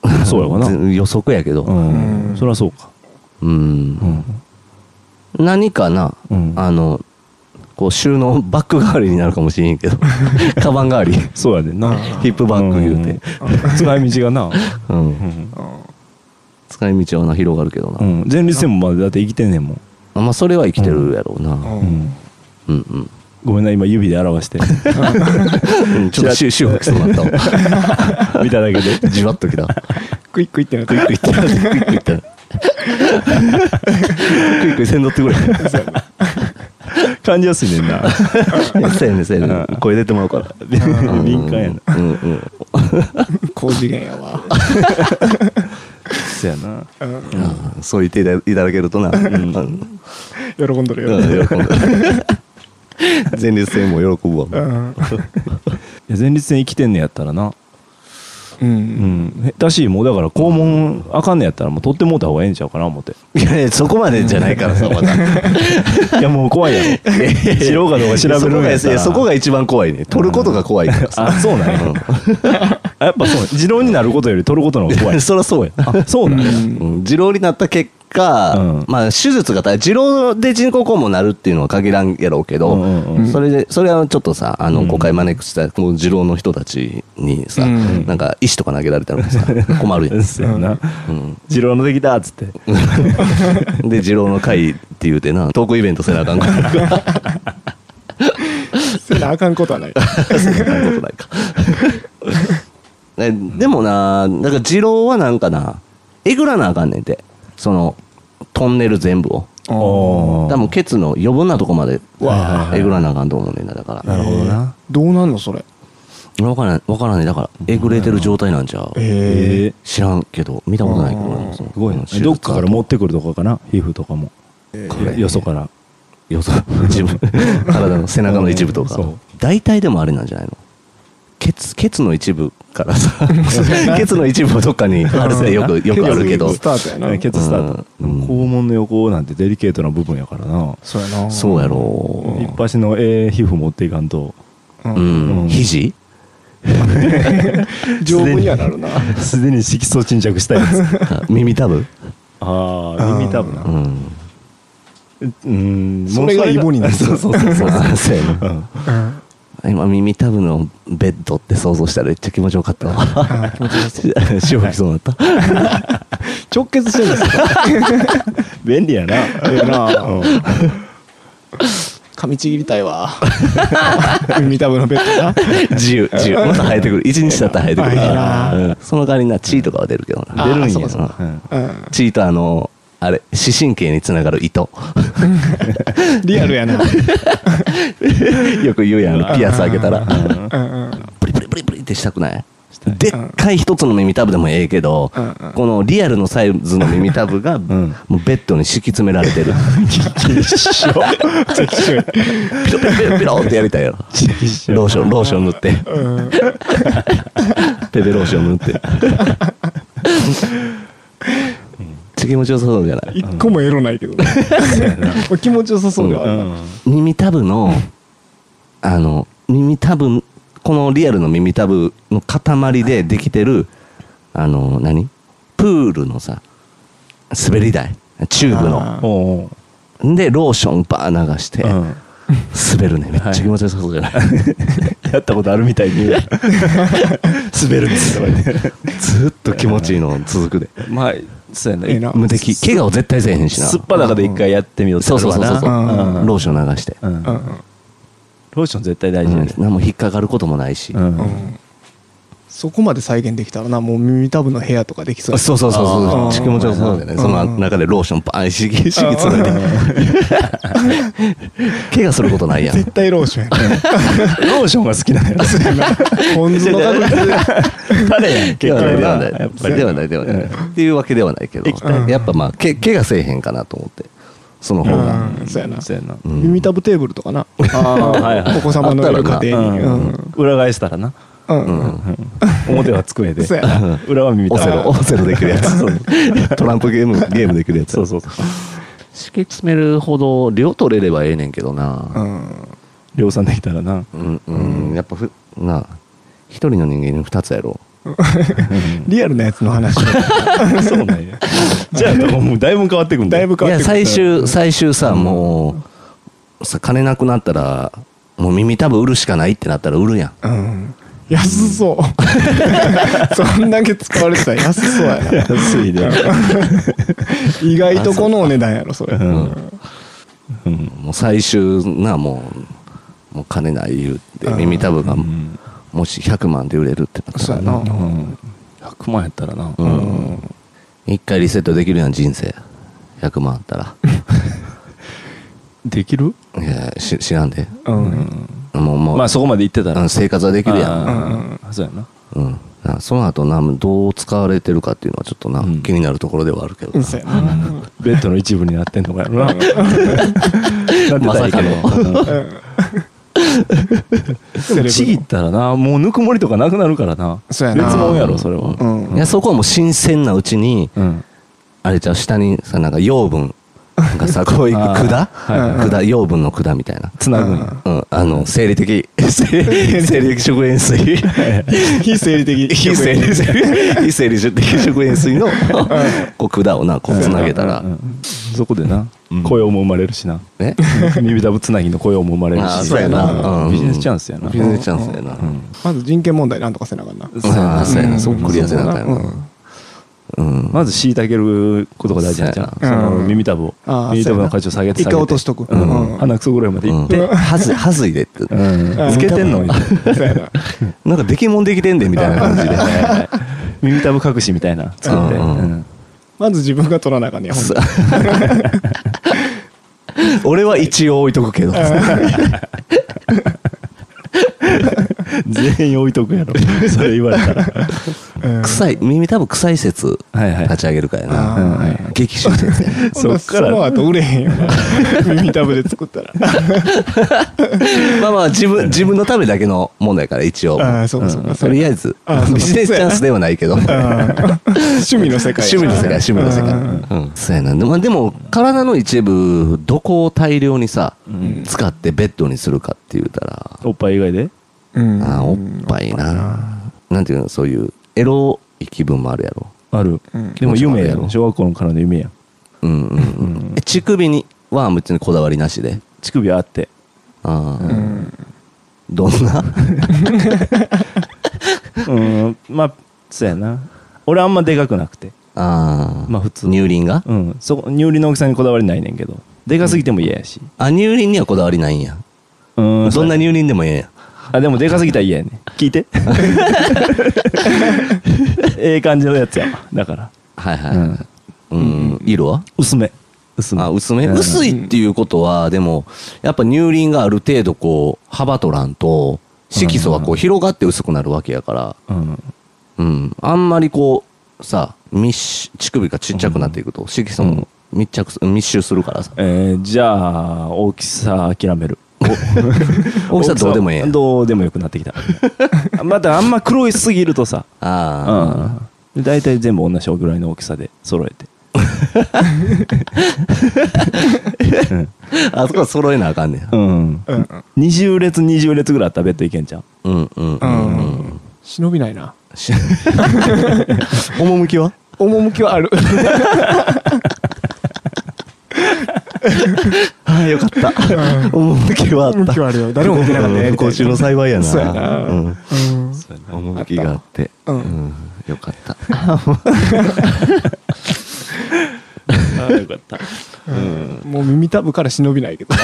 Speaker 1: あそうやわ
Speaker 3: う <laughs>
Speaker 1: な
Speaker 3: 全予測やけど
Speaker 1: うん、
Speaker 2: うん
Speaker 1: そりゃそうか
Speaker 3: うん
Speaker 1: うん、
Speaker 3: 何かな、
Speaker 1: うん
Speaker 3: あのこう収納バッグ代わりになるかもしれ
Speaker 1: <laughs>
Speaker 3: んけどカバン代わり
Speaker 1: そうやでな
Speaker 3: ヒップバッグ言うて、
Speaker 1: うん使い道がな、
Speaker 3: うん
Speaker 1: うん
Speaker 2: う
Speaker 3: 使い道はな広がるけど
Speaker 1: う
Speaker 3: な、
Speaker 1: ん、前立腺もまだだって生きてんねんもん、
Speaker 3: まあそれは生きてるやろうな、う
Speaker 1: う
Speaker 2: ん
Speaker 3: ん
Speaker 2: うん
Speaker 1: ん、
Speaker 3: うんうん
Speaker 1: ごめんな今指で表して <laughs>
Speaker 3: <laughs> ちょっとしゅ修復しそうになったわ
Speaker 1: 見ただけで
Speaker 3: <laughs> じわっときた
Speaker 2: クイックイってなって
Speaker 3: クイックいったクイックせんどってくれ
Speaker 1: 感じやすいねんな
Speaker 3: <laughs> そうやねそうやね
Speaker 1: うん
Speaker 3: 声出てもらうから
Speaker 1: うん敏感やな
Speaker 3: うんうんうん
Speaker 2: 高次元やわ
Speaker 1: そうやな
Speaker 2: うん
Speaker 3: あーそう言っていたいただけるとな、うん
Speaker 2: 喜んどるよ
Speaker 3: うん喜んで前立腺も喜ぶわ、
Speaker 1: い
Speaker 2: うん
Speaker 1: や前立腺生きてんねやったらな
Speaker 2: う
Speaker 1: うんんだしもうだから肛門あかんねやったらもう取ってもうた方がええんちゃうかな思って
Speaker 3: いやいやそこまでじゃないからさまだ
Speaker 1: いやもう怖いや <laughs> ろ知ろうかどうか調べるんやったら
Speaker 3: そこがいやそこが一番怖いね取ることが怖いからさ
Speaker 1: あそうなんややっぱそう自動になることより取ることの方が怖
Speaker 3: うん
Speaker 1: い
Speaker 3: そりゃそうや、
Speaker 1: あ <laughs> そうなんや
Speaker 3: うん、二郎になった結果、
Speaker 1: うん
Speaker 3: まあ手術が大二郎で人工肛門になるっていうのは限らんやろうけど、
Speaker 1: うんうんうん
Speaker 3: それでそれはちょっとさあ
Speaker 1: う
Speaker 3: の
Speaker 1: ん
Speaker 3: 誤解招くしたこの二郎の人たちにさ、
Speaker 2: うん
Speaker 3: なんか石とか投げられたらさ困るやん
Speaker 1: そうやな
Speaker 3: うん
Speaker 1: 「二郎のできた」っつって
Speaker 3: で二郎の会って言うてなトークイベントせな
Speaker 1: <laughs>
Speaker 3: あかんからそんな
Speaker 2: せなあかんことはない
Speaker 3: ことないか <laughs> えでもななんか二郎はなんかなえぐらなあかんねんてそのトンネル全部を
Speaker 1: お
Speaker 3: 多分ケツの余分なとこまで
Speaker 1: はいはいはい
Speaker 3: えぐらなあかんと思うねんなだから
Speaker 1: なるほどな
Speaker 2: どうなんのそれ
Speaker 3: 分からん分からんねんだからえぐれてる状態なんちゃう
Speaker 2: え
Speaker 1: え
Speaker 3: 知らんけど見たことないけど俺もその
Speaker 1: すごいな
Speaker 3: 手術
Speaker 1: どっかから持ってくるとかかな皮膚とかもよそから
Speaker 3: よそ一
Speaker 1: <laughs>
Speaker 3: 部体の背中の一部とか
Speaker 1: うんそう
Speaker 3: 大体でもあれなんじゃないのケツケツの一部か
Speaker 1: <laughs>
Speaker 3: らさケツの一部をどっかにあるってよくよくあるけど
Speaker 2: スタートやな
Speaker 1: ケツスタート
Speaker 3: うん
Speaker 1: 肛門の横なんてデリケートな部分やからな
Speaker 2: そうやな
Speaker 3: そうや
Speaker 1: 一
Speaker 3: ろ
Speaker 1: 発のええ皮膚持っていかんと
Speaker 2: う
Speaker 3: う、うんん、
Speaker 1: うん
Speaker 3: 肘 <laughs>
Speaker 2: 丈夫にはなるな
Speaker 1: すでに色素沈着したやつ
Speaker 3: 耳たぶ
Speaker 1: <laughs> ああ耳たぶな
Speaker 3: うん
Speaker 1: うん
Speaker 2: それがイボになる
Speaker 1: そうそう <laughs> そうそう
Speaker 3: あそうやな
Speaker 1: うん
Speaker 3: 今耳たぶのベッドって想像したらめっちゃ気持ちよかったわ潮 <laughs> 吹きそうになった
Speaker 2: 直結してるんですよ
Speaker 1: 便利やなやな
Speaker 2: 噛みちぎりたいわ耳たぶのベッドな
Speaker 3: 自由自由もっと生えてくる一日だったら生えてくるか
Speaker 2: あ
Speaker 3: ら
Speaker 2: いい
Speaker 3: うんその代わりにな血とかは出るけどな
Speaker 2: あ
Speaker 1: 出るん
Speaker 2: そう
Speaker 1: や
Speaker 2: かそう
Speaker 1: な
Speaker 2: か
Speaker 1: うん
Speaker 2: うん
Speaker 3: 血とあのあれ視神経につながる糸 <laughs>
Speaker 2: <laughs> リアルやな
Speaker 3: よく言うやんピアス開けたら
Speaker 1: <laughs>
Speaker 2: うんうん
Speaker 3: プリプリプリプリってしたくないでっかい一つの耳たぶでもええけど
Speaker 2: うんうん
Speaker 3: このリアルのサイズの耳たぶ
Speaker 2: <laughs>
Speaker 3: がもうベッドに敷き詰められてる
Speaker 1: <laughs>
Speaker 3: ピロピロピロピロってやりたいやろローションローション塗って
Speaker 2: うん
Speaker 3: ペペローション塗ってちょ気持ちよさそうじゃない
Speaker 2: 一個もエロないけどね <laughs> 気持ちよさそうだ
Speaker 1: う
Speaker 2: わ
Speaker 1: ん
Speaker 3: 耳たぶのあの耳たぶこのリアルの耳たぶの塊でできてるあの何プールのさ滑り台チューブの
Speaker 2: あ
Speaker 1: おうおう
Speaker 3: でローションバー流して
Speaker 1: うん
Speaker 3: 滑るねめっちゃ気持ちよさそうじゃない、
Speaker 1: やったことあるみたい <laughs> に言う滑るんですとか言って
Speaker 3: <laughs> ずっと気持ちいいの続くで
Speaker 1: まあそうやな
Speaker 2: ええな
Speaker 3: 無敵怪我を絶対せえへんしな
Speaker 1: すっぱだかで一回やってみようって
Speaker 3: そうそうそうそう、
Speaker 1: なるわ
Speaker 2: うん
Speaker 1: な
Speaker 3: ローション流して、
Speaker 1: うん
Speaker 2: うん
Speaker 1: ローション絶対大事
Speaker 3: うん
Speaker 1: で、す
Speaker 3: 何も引っかかることもないし、
Speaker 2: うんうんそこまで再現できたらなもう耳たぶの部屋とかできそう
Speaker 3: あそうそうそう
Speaker 2: あ
Speaker 3: そ
Speaker 2: ー
Speaker 3: う。気持ちよさそうだよね。
Speaker 2: うん
Speaker 3: その中でローションバーン敷き、敷き詰めて。 <laughs> 怪我することないやん。
Speaker 2: 絶対ローションや
Speaker 1: ローションが好きなのよ
Speaker 2: なポン酢の確率で
Speaker 1: 誰やん
Speaker 3: で
Speaker 1: 結
Speaker 3: は
Speaker 1: 果
Speaker 3: ないで
Speaker 1: や
Speaker 3: はない
Speaker 1: っぱり
Speaker 3: ではないではないっていうわけではないけど
Speaker 1: 液
Speaker 2: 体
Speaker 3: やっぱまあけ怪我せえへんかなと思ってその方が
Speaker 2: うんそうやな
Speaker 1: そうやな
Speaker 3: うん
Speaker 2: 耳たぶテーブルとかな
Speaker 1: はいはい
Speaker 2: お子様のいる家庭に
Speaker 1: う
Speaker 2: うんん
Speaker 1: 裏返したらな
Speaker 2: うん
Speaker 1: 表は机で
Speaker 2: そうやな
Speaker 1: 裏は耳
Speaker 3: オセロオセロできるやつトランプゲームゲームできるやつ
Speaker 1: そうそうそう
Speaker 3: 敷き詰めるほど量取れればええねんけど
Speaker 2: う
Speaker 3: なん
Speaker 1: 量産できたらな
Speaker 3: うんうんやっぱふなあ一人の人間に二つやろ
Speaker 2: リアルなやつの話
Speaker 1: そうなん
Speaker 2: <laughs>
Speaker 1: やじゃあもうだいぶ変わってくん
Speaker 2: だいぶ
Speaker 3: い
Speaker 2: 変わっ
Speaker 3: や
Speaker 2: てくる
Speaker 3: 最終最終さもうさ金なくなったらもう耳たぶ売るしかないってなったら売るやん
Speaker 2: うん安そうそんだけ使われてたら安そうやな
Speaker 1: 安いで
Speaker 2: 意外とこのお値段やろそれ
Speaker 1: うんうん
Speaker 3: もう最終なもうもう金ない言うて耳たぶが
Speaker 1: うん
Speaker 3: もし100万で売れるってなった
Speaker 2: そう
Speaker 3: ら
Speaker 2: やな
Speaker 1: うん100万やったらな
Speaker 3: うん一回リセットできるやん人生100万あったら
Speaker 1: <laughs> できる
Speaker 3: いやし知らんで
Speaker 2: うん
Speaker 3: もうもう、
Speaker 1: まあそこまで行ってた
Speaker 3: う
Speaker 1: ら
Speaker 3: ん生活はできるやん
Speaker 1: あーそうやな
Speaker 3: うん、なその後などう使われてるかっていうのはちょっとな、
Speaker 1: うん
Speaker 3: 気になるところではあるけど
Speaker 2: う
Speaker 3: なん
Speaker 2: そうやな
Speaker 1: ベッドの一部になってんのかや <laughs> ろななって
Speaker 3: まさ
Speaker 1: た
Speaker 3: から
Speaker 1: いいけど
Speaker 2: う
Speaker 1: うんんちぎったらなもうぬくもりとかなくなるからな
Speaker 2: そうや
Speaker 1: 別
Speaker 2: な
Speaker 1: 物やろそれは
Speaker 2: うん
Speaker 3: いやそこはもう新鮮なうちに、
Speaker 1: うん
Speaker 3: あれちゃう下にさなんか養分がさこういう
Speaker 1: あー
Speaker 3: 管、
Speaker 1: はい
Speaker 2: はい
Speaker 3: 管養分の管みたいな、
Speaker 1: つなぐんや
Speaker 3: うん、あの生理
Speaker 1: <laughs>
Speaker 3: 的生理生理的食塩水
Speaker 2: 非生理的
Speaker 3: <laughs> 非生理非生理的食塩水のこう管をなこうつなげたら
Speaker 1: うんうんうんそこでな
Speaker 3: うん
Speaker 1: 雇用も生まれるしな
Speaker 3: ね
Speaker 1: 耳たぶつなぎの雇用も生まれる
Speaker 3: あー
Speaker 1: し
Speaker 3: そうやな、うん
Speaker 1: ビジネスチャンスやな
Speaker 3: ビジネスチャンスやな、
Speaker 1: うん
Speaker 2: まず人権問題なんとかせなあかんな
Speaker 1: そうやな
Speaker 3: ああそうや
Speaker 2: う
Speaker 3: なんそこクリアせなあかんや
Speaker 2: う
Speaker 3: なんうん
Speaker 1: まず虐げることが大事なんじゃん
Speaker 3: そう
Speaker 1: そ
Speaker 2: やな
Speaker 1: の耳たぶを
Speaker 2: あー
Speaker 1: 耳たぶの価値を下げて下げて
Speaker 2: そうやな一回落としとく
Speaker 1: うん
Speaker 2: うん
Speaker 1: 鼻くそぐらいまでいって
Speaker 3: うんはずはずいでって、
Speaker 1: うんつけてんのに
Speaker 2: そうやな
Speaker 3: なんかできもんできてんでみたいな感じで
Speaker 1: <laughs> 耳たぶ隠しみたいな作って
Speaker 3: うんうん
Speaker 1: うん
Speaker 2: まず自分が取らなあかんねやほんと
Speaker 3: 俺は一応置い
Speaker 2: <laughs>
Speaker 3: とくけど
Speaker 1: 全員置いとくやろ <laughs> それ言われ <laughs> たら
Speaker 2: うん
Speaker 3: 臭い耳多分臭い説
Speaker 1: はいはい
Speaker 3: 立ち上げるから
Speaker 2: あー
Speaker 3: な、
Speaker 1: はい
Speaker 3: 激臭説やな
Speaker 2: ほんなら
Speaker 1: そっから
Speaker 2: その後売れへんよな耳たぶで作ったら
Speaker 3: <laughs> まあまあ自分自分のためだけの問題やから一応
Speaker 2: ああそうかそうかそ
Speaker 3: と
Speaker 2: れ
Speaker 3: りあえず
Speaker 2: あーそう
Speaker 3: ビジネスチャンスではないけど
Speaker 2: 趣味の世界
Speaker 3: 趣味の世界趣味の世
Speaker 2: う
Speaker 3: 界
Speaker 2: ん
Speaker 3: うんそうやなで,、まあ、でも体の一部どこを大量にさ、
Speaker 1: うん
Speaker 3: 使ってベッドにするかって言うたら
Speaker 1: おっぱい以外で
Speaker 2: うん
Speaker 3: あーおっぱいななんていうのそういうエロい気分もあるやろ
Speaker 1: ある、
Speaker 2: うん
Speaker 1: でも夢や
Speaker 3: 気持ちもあるや
Speaker 1: ろ
Speaker 3: ろ
Speaker 1: 小学校のからの夢やん
Speaker 3: うんうんうんえ乳首には別にこだわりなしで
Speaker 1: 乳首はあって
Speaker 3: ああ、
Speaker 2: うん
Speaker 3: どんな
Speaker 1: うんまあそうやな俺あんまでかくなくて
Speaker 3: <laughs> ああ
Speaker 1: まあ普通
Speaker 3: 乳輪が、
Speaker 1: うんそこ乳輪の大きさにこだわりないねんけどでかすぎても嫌やし
Speaker 3: あ乳輪にはこだわりないんや
Speaker 1: うん
Speaker 3: どんな
Speaker 1: に
Speaker 3: 乳輪でもええんや
Speaker 1: あでもでかすぎたら嫌やね聞い <laughs> てええ感じのやつやわだから
Speaker 3: はいはいはいうん、色は
Speaker 1: 薄め薄め
Speaker 3: あ薄め、
Speaker 1: うん
Speaker 3: 薄いっていうことはでもやっぱ乳輪がある程度こう幅取らんと色素はこう広がって薄くなるわけやから、
Speaker 1: うん
Speaker 3: うん、あんまりこうさ密集乳首がちっちゃくなっていくと色素も密着す密集するからさ
Speaker 1: えーじゃあ大きさ諦める
Speaker 3: <laughs> 大きさどうでもええ
Speaker 1: 大きさ
Speaker 3: やん
Speaker 1: どうでもよくなってきた <laughs> またあんま黒いすぎるとさ
Speaker 3: ああ、
Speaker 1: うんで大体全部同じぐらいの大きさで揃えて
Speaker 3: <laughs> あそこは揃えなあかんねや
Speaker 1: うん
Speaker 2: うんうん
Speaker 1: 20列20列ぐらいあったらベッドいけんじゃん
Speaker 3: うんうんうんうん
Speaker 2: 忍びないな
Speaker 3: し趣は
Speaker 2: 趣はある
Speaker 3: ああよかった趣はあった
Speaker 2: 趣はあるよ誰も見てなかったね
Speaker 3: <laughs> うん不幸中の幸いやな
Speaker 2: そうやな
Speaker 3: うん
Speaker 2: うん
Speaker 3: 趣があって
Speaker 2: うん
Speaker 3: うんよかった
Speaker 1: ああよかった
Speaker 2: もう耳たぶから忍びないけど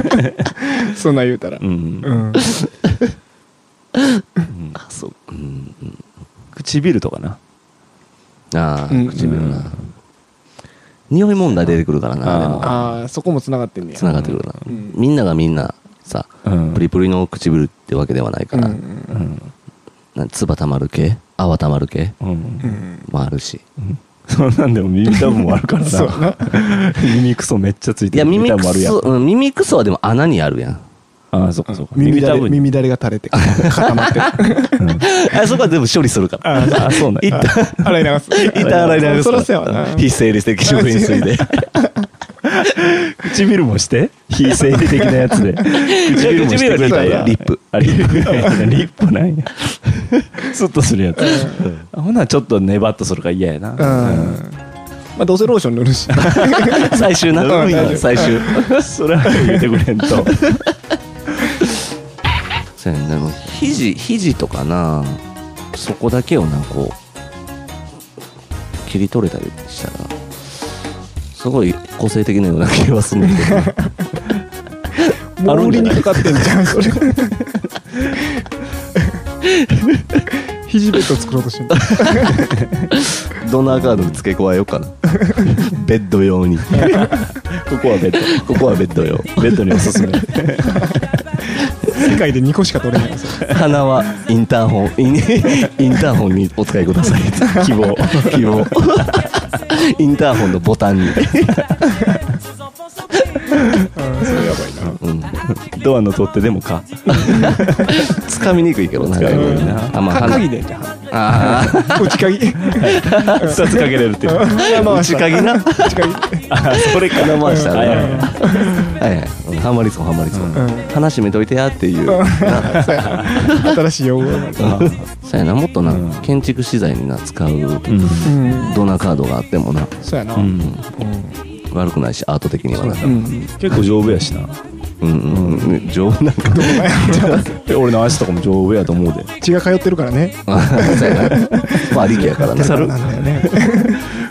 Speaker 2: <laughs> そんなん言うたら
Speaker 1: うん
Speaker 2: うん
Speaker 3: あそううん
Speaker 1: 唇とかな
Speaker 3: ああ
Speaker 2: うん
Speaker 3: 唇な匂い問題出てくるからなでも
Speaker 2: ああそこもつながってんねや
Speaker 3: つながってくるな、
Speaker 2: うん
Speaker 3: みんながみんなさ、
Speaker 1: うん
Speaker 3: プリプリの唇ってわけではないか
Speaker 2: うんう
Speaker 3: ら、
Speaker 2: ん
Speaker 1: うん
Speaker 3: なん唾たまる系泡たまる系
Speaker 1: うん
Speaker 2: うん
Speaker 3: もあるし、
Speaker 1: そんなんでも耳たぶもあるから
Speaker 2: そうや
Speaker 1: さ
Speaker 2: な
Speaker 1: <laughs> 耳クソめっちゃつい
Speaker 3: い
Speaker 1: て
Speaker 3: や
Speaker 1: る
Speaker 3: 耳
Speaker 1: た
Speaker 3: く
Speaker 1: ぶもあるやん
Speaker 3: そ、うん、耳くそはでも穴にあるやん
Speaker 1: ああそっかそっか
Speaker 2: 耳だれ
Speaker 1: ぶに
Speaker 2: 耳だれが垂れて固まってる
Speaker 1: <laughs>
Speaker 3: あそこは全部処理するから
Speaker 1: ああそうなんや <laughs>
Speaker 2: 洗い流す
Speaker 3: 一旦洗い流す
Speaker 2: そ
Speaker 3: から
Speaker 2: らそうやわな
Speaker 3: 非生理的食塩水で
Speaker 1: 唇もして非生理的なやつで唇もしてくれたんや
Speaker 3: リップ
Speaker 1: <laughs> あリップリップなんやスッとするやつほなちょっとネバっとするから嫌や
Speaker 2: うん
Speaker 1: な
Speaker 2: まあどうせローション塗る <laughs> し
Speaker 3: 最終な
Speaker 2: うん大丈夫
Speaker 3: 最終
Speaker 1: <laughs> それは言ってくれんと
Speaker 3: そうやねでも肘肘とかなそこだけをなこう切り取れたりしたらすごい個性的なような気はするんだけど
Speaker 2: もう売りにかかってんじゃんそれ肘ベッド作ろうとしてる
Speaker 3: ドナーカード付け加えようかなベッド用にここはベッドここはベッド用
Speaker 1: ベッドにおす <laughs> すめ
Speaker 2: 世界で2個しか取れないよそれ
Speaker 3: 鼻はインターホン <laughs> インインターホンにお使いください希望希望インターホンのボタンに、
Speaker 2: うんそれやばいな
Speaker 3: うん、
Speaker 1: ドアの取っ手でもか
Speaker 3: <laughs> 掴みにくいけどな
Speaker 1: 掴みにくいな
Speaker 3: あまあ
Speaker 2: か
Speaker 3: 鼻
Speaker 2: 鍵でじゃあ
Speaker 3: ああ
Speaker 2: 内鍵
Speaker 1: 2つかけれるっていう
Speaker 3: 内鍵な
Speaker 2: 内鍵
Speaker 1: あそれか
Speaker 3: 鼻回した
Speaker 1: はいはい
Speaker 3: らはいはいうんハマりそうハマりそう鼻閉めといてやっていうな
Speaker 2: 新しい用語だな
Speaker 3: そうやなもっと
Speaker 1: うん
Speaker 3: な建築資材にな使う
Speaker 1: うん
Speaker 2: うん
Speaker 3: ドナーカードがあってもな
Speaker 2: そうやな
Speaker 1: うん
Speaker 3: 悪くないしアート的にはな
Speaker 2: うん
Speaker 1: 結構丈夫やしな
Speaker 3: うんうんうん丈夫 <laughs> なんかどう
Speaker 1: 俺の足とかも丈夫やと思うで
Speaker 2: 血が通ってるからね
Speaker 3: そうやなまあありきやから
Speaker 2: な
Speaker 3: な
Speaker 2: んだよね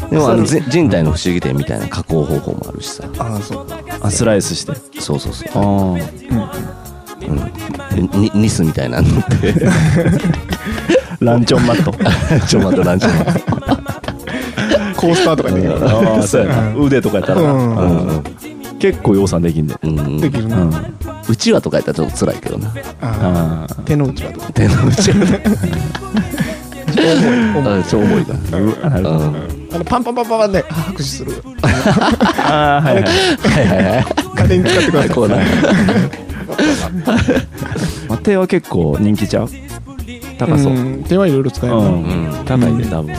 Speaker 3: でもあのぜ人体の不思議点みたいな加工方法もあるしさ
Speaker 2: ああそうか
Speaker 1: あスライスして
Speaker 3: そうそうそう
Speaker 1: ああ
Speaker 3: うんにニスみたいなのって <laughs>
Speaker 1: ランチョンマット
Speaker 3: ちょっと待ってランチの
Speaker 2: コースターとかできる
Speaker 1: ああそうやな腕とかやったら
Speaker 2: うん
Speaker 1: なうん結構養蚕できんで
Speaker 3: うんうん
Speaker 2: できる
Speaker 1: う
Speaker 2: なん
Speaker 3: うちわとかやったらちょっと辛いけどな
Speaker 1: あ
Speaker 2: ああ手の内はどう
Speaker 3: 手の内 <laughs> は
Speaker 2: 重
Speaker 3: <laughs>
Speaker 2: い
Speaker 3: 超重いな
Speaker 1: あうわなるほど
Speaker 3: うん
Speaker 2: あのパンパンパンパンパンであ拍手する
Speaker 1: ああはいはい
Speaker 3: はいはいはい
Speaker 2: 家電使ってください
Speaker 3: こうな
Speaker 1: <laughs> まあ手は結構人気ちゃう高そううん
Speaker 2: ん手はいろいろ使えるな
Speaker 3: うん
Speaker 1: 高いで多分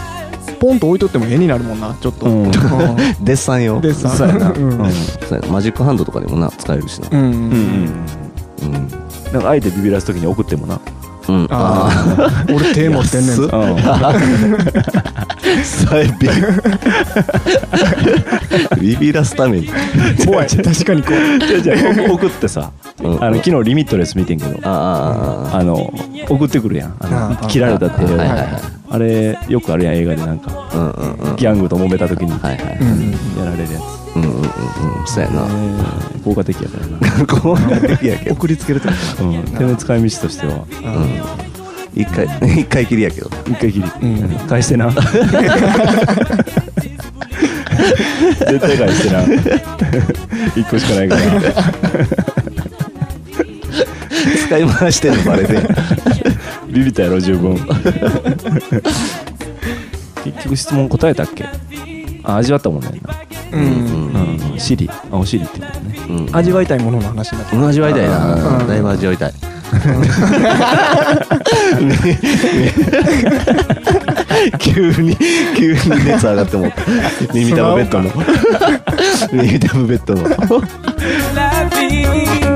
Speaker 2: ポンと置いとっても絵になるもんなちょっと
Speaker 1: うん
Speaker 3: デッサン用
Speaker 2: でさ
Speaker 1: そうやな
Speaker 2: うん
Speaker 1: うん
Speaker 3: そうやなマジックハンドとかでもな使えるしな
Speaker 2: う
Speaker 1: うんん
Speaker 3: うん
Speaker 1: なんかあえてビビらす時に送って <laughs> もな
Speaker 3: うんあ
Speaker 2: ああ俺手持ってんねん
Speaker 3: 安
Speaker 1: う
Speaker 3: っ
Speaker 1: ん
Speaker 3: あ <laughs> 最ビビビらすために
Speaker 2: 怖い確かに怖い
Speaker 1: じゃあじゃあ送送ってさ
Speaker 3: うん
Speaker 1: あの昨日リミットレス見てんけど
Speaker 3: ああああ
Speaker 1: あの送ってくるやんあ
Speaker 2: あ
Speaker 1: の切られたって
Speaker 3: はいはい
Speaker 2: はい
Speaker 1: あれよくあるやん映画でなんか
Speaker 3: うんうんうん
Speaker 1: ギャングと揉めた時に
Speaker 3: はいはい
Speaker 2: うんうん
Speaker 1: やられるやつ
Speaker 3: うんうんうんうんそうやな
Speaker 1: ね
Speaker 3: <laughs>
Speaker 1: 効果的やからな
Speaker 3: 効果的やけど
Speaker 2: 送りつけるってこと
Speaker 1: うん手の使い道としては
Speaker 2: かなうん
Speaker 3: 一回一回きりやけど
Speaker 1: 一回きり
Speaker 2: ん
Speaker 1: 返してな絶対返してな一個しかないから
Speaker 3: 使い回してんのバレて
Speaker 1: ビビったやろ十
Speaker 3: <laughs>
Speaker 1: 分結局質問答えたっけあ味わったもんね
Speaker 2: うん
Speaker 1: な、うん、シリあお尻ってことね
Speaker 3: うん
Speaker 2: 味わいたいものの話になってる
Speaker 3: 味わいたいな、
Speaker 2: うん
Speaker 3: だいぶ味わいたい <laughs> 急に急に熱上
Speaker 2: <laughs>
Speaker 3: がってもうた <laughs> 耳たぶベッドの耳たぶベッドの
Speaker 4: la vida.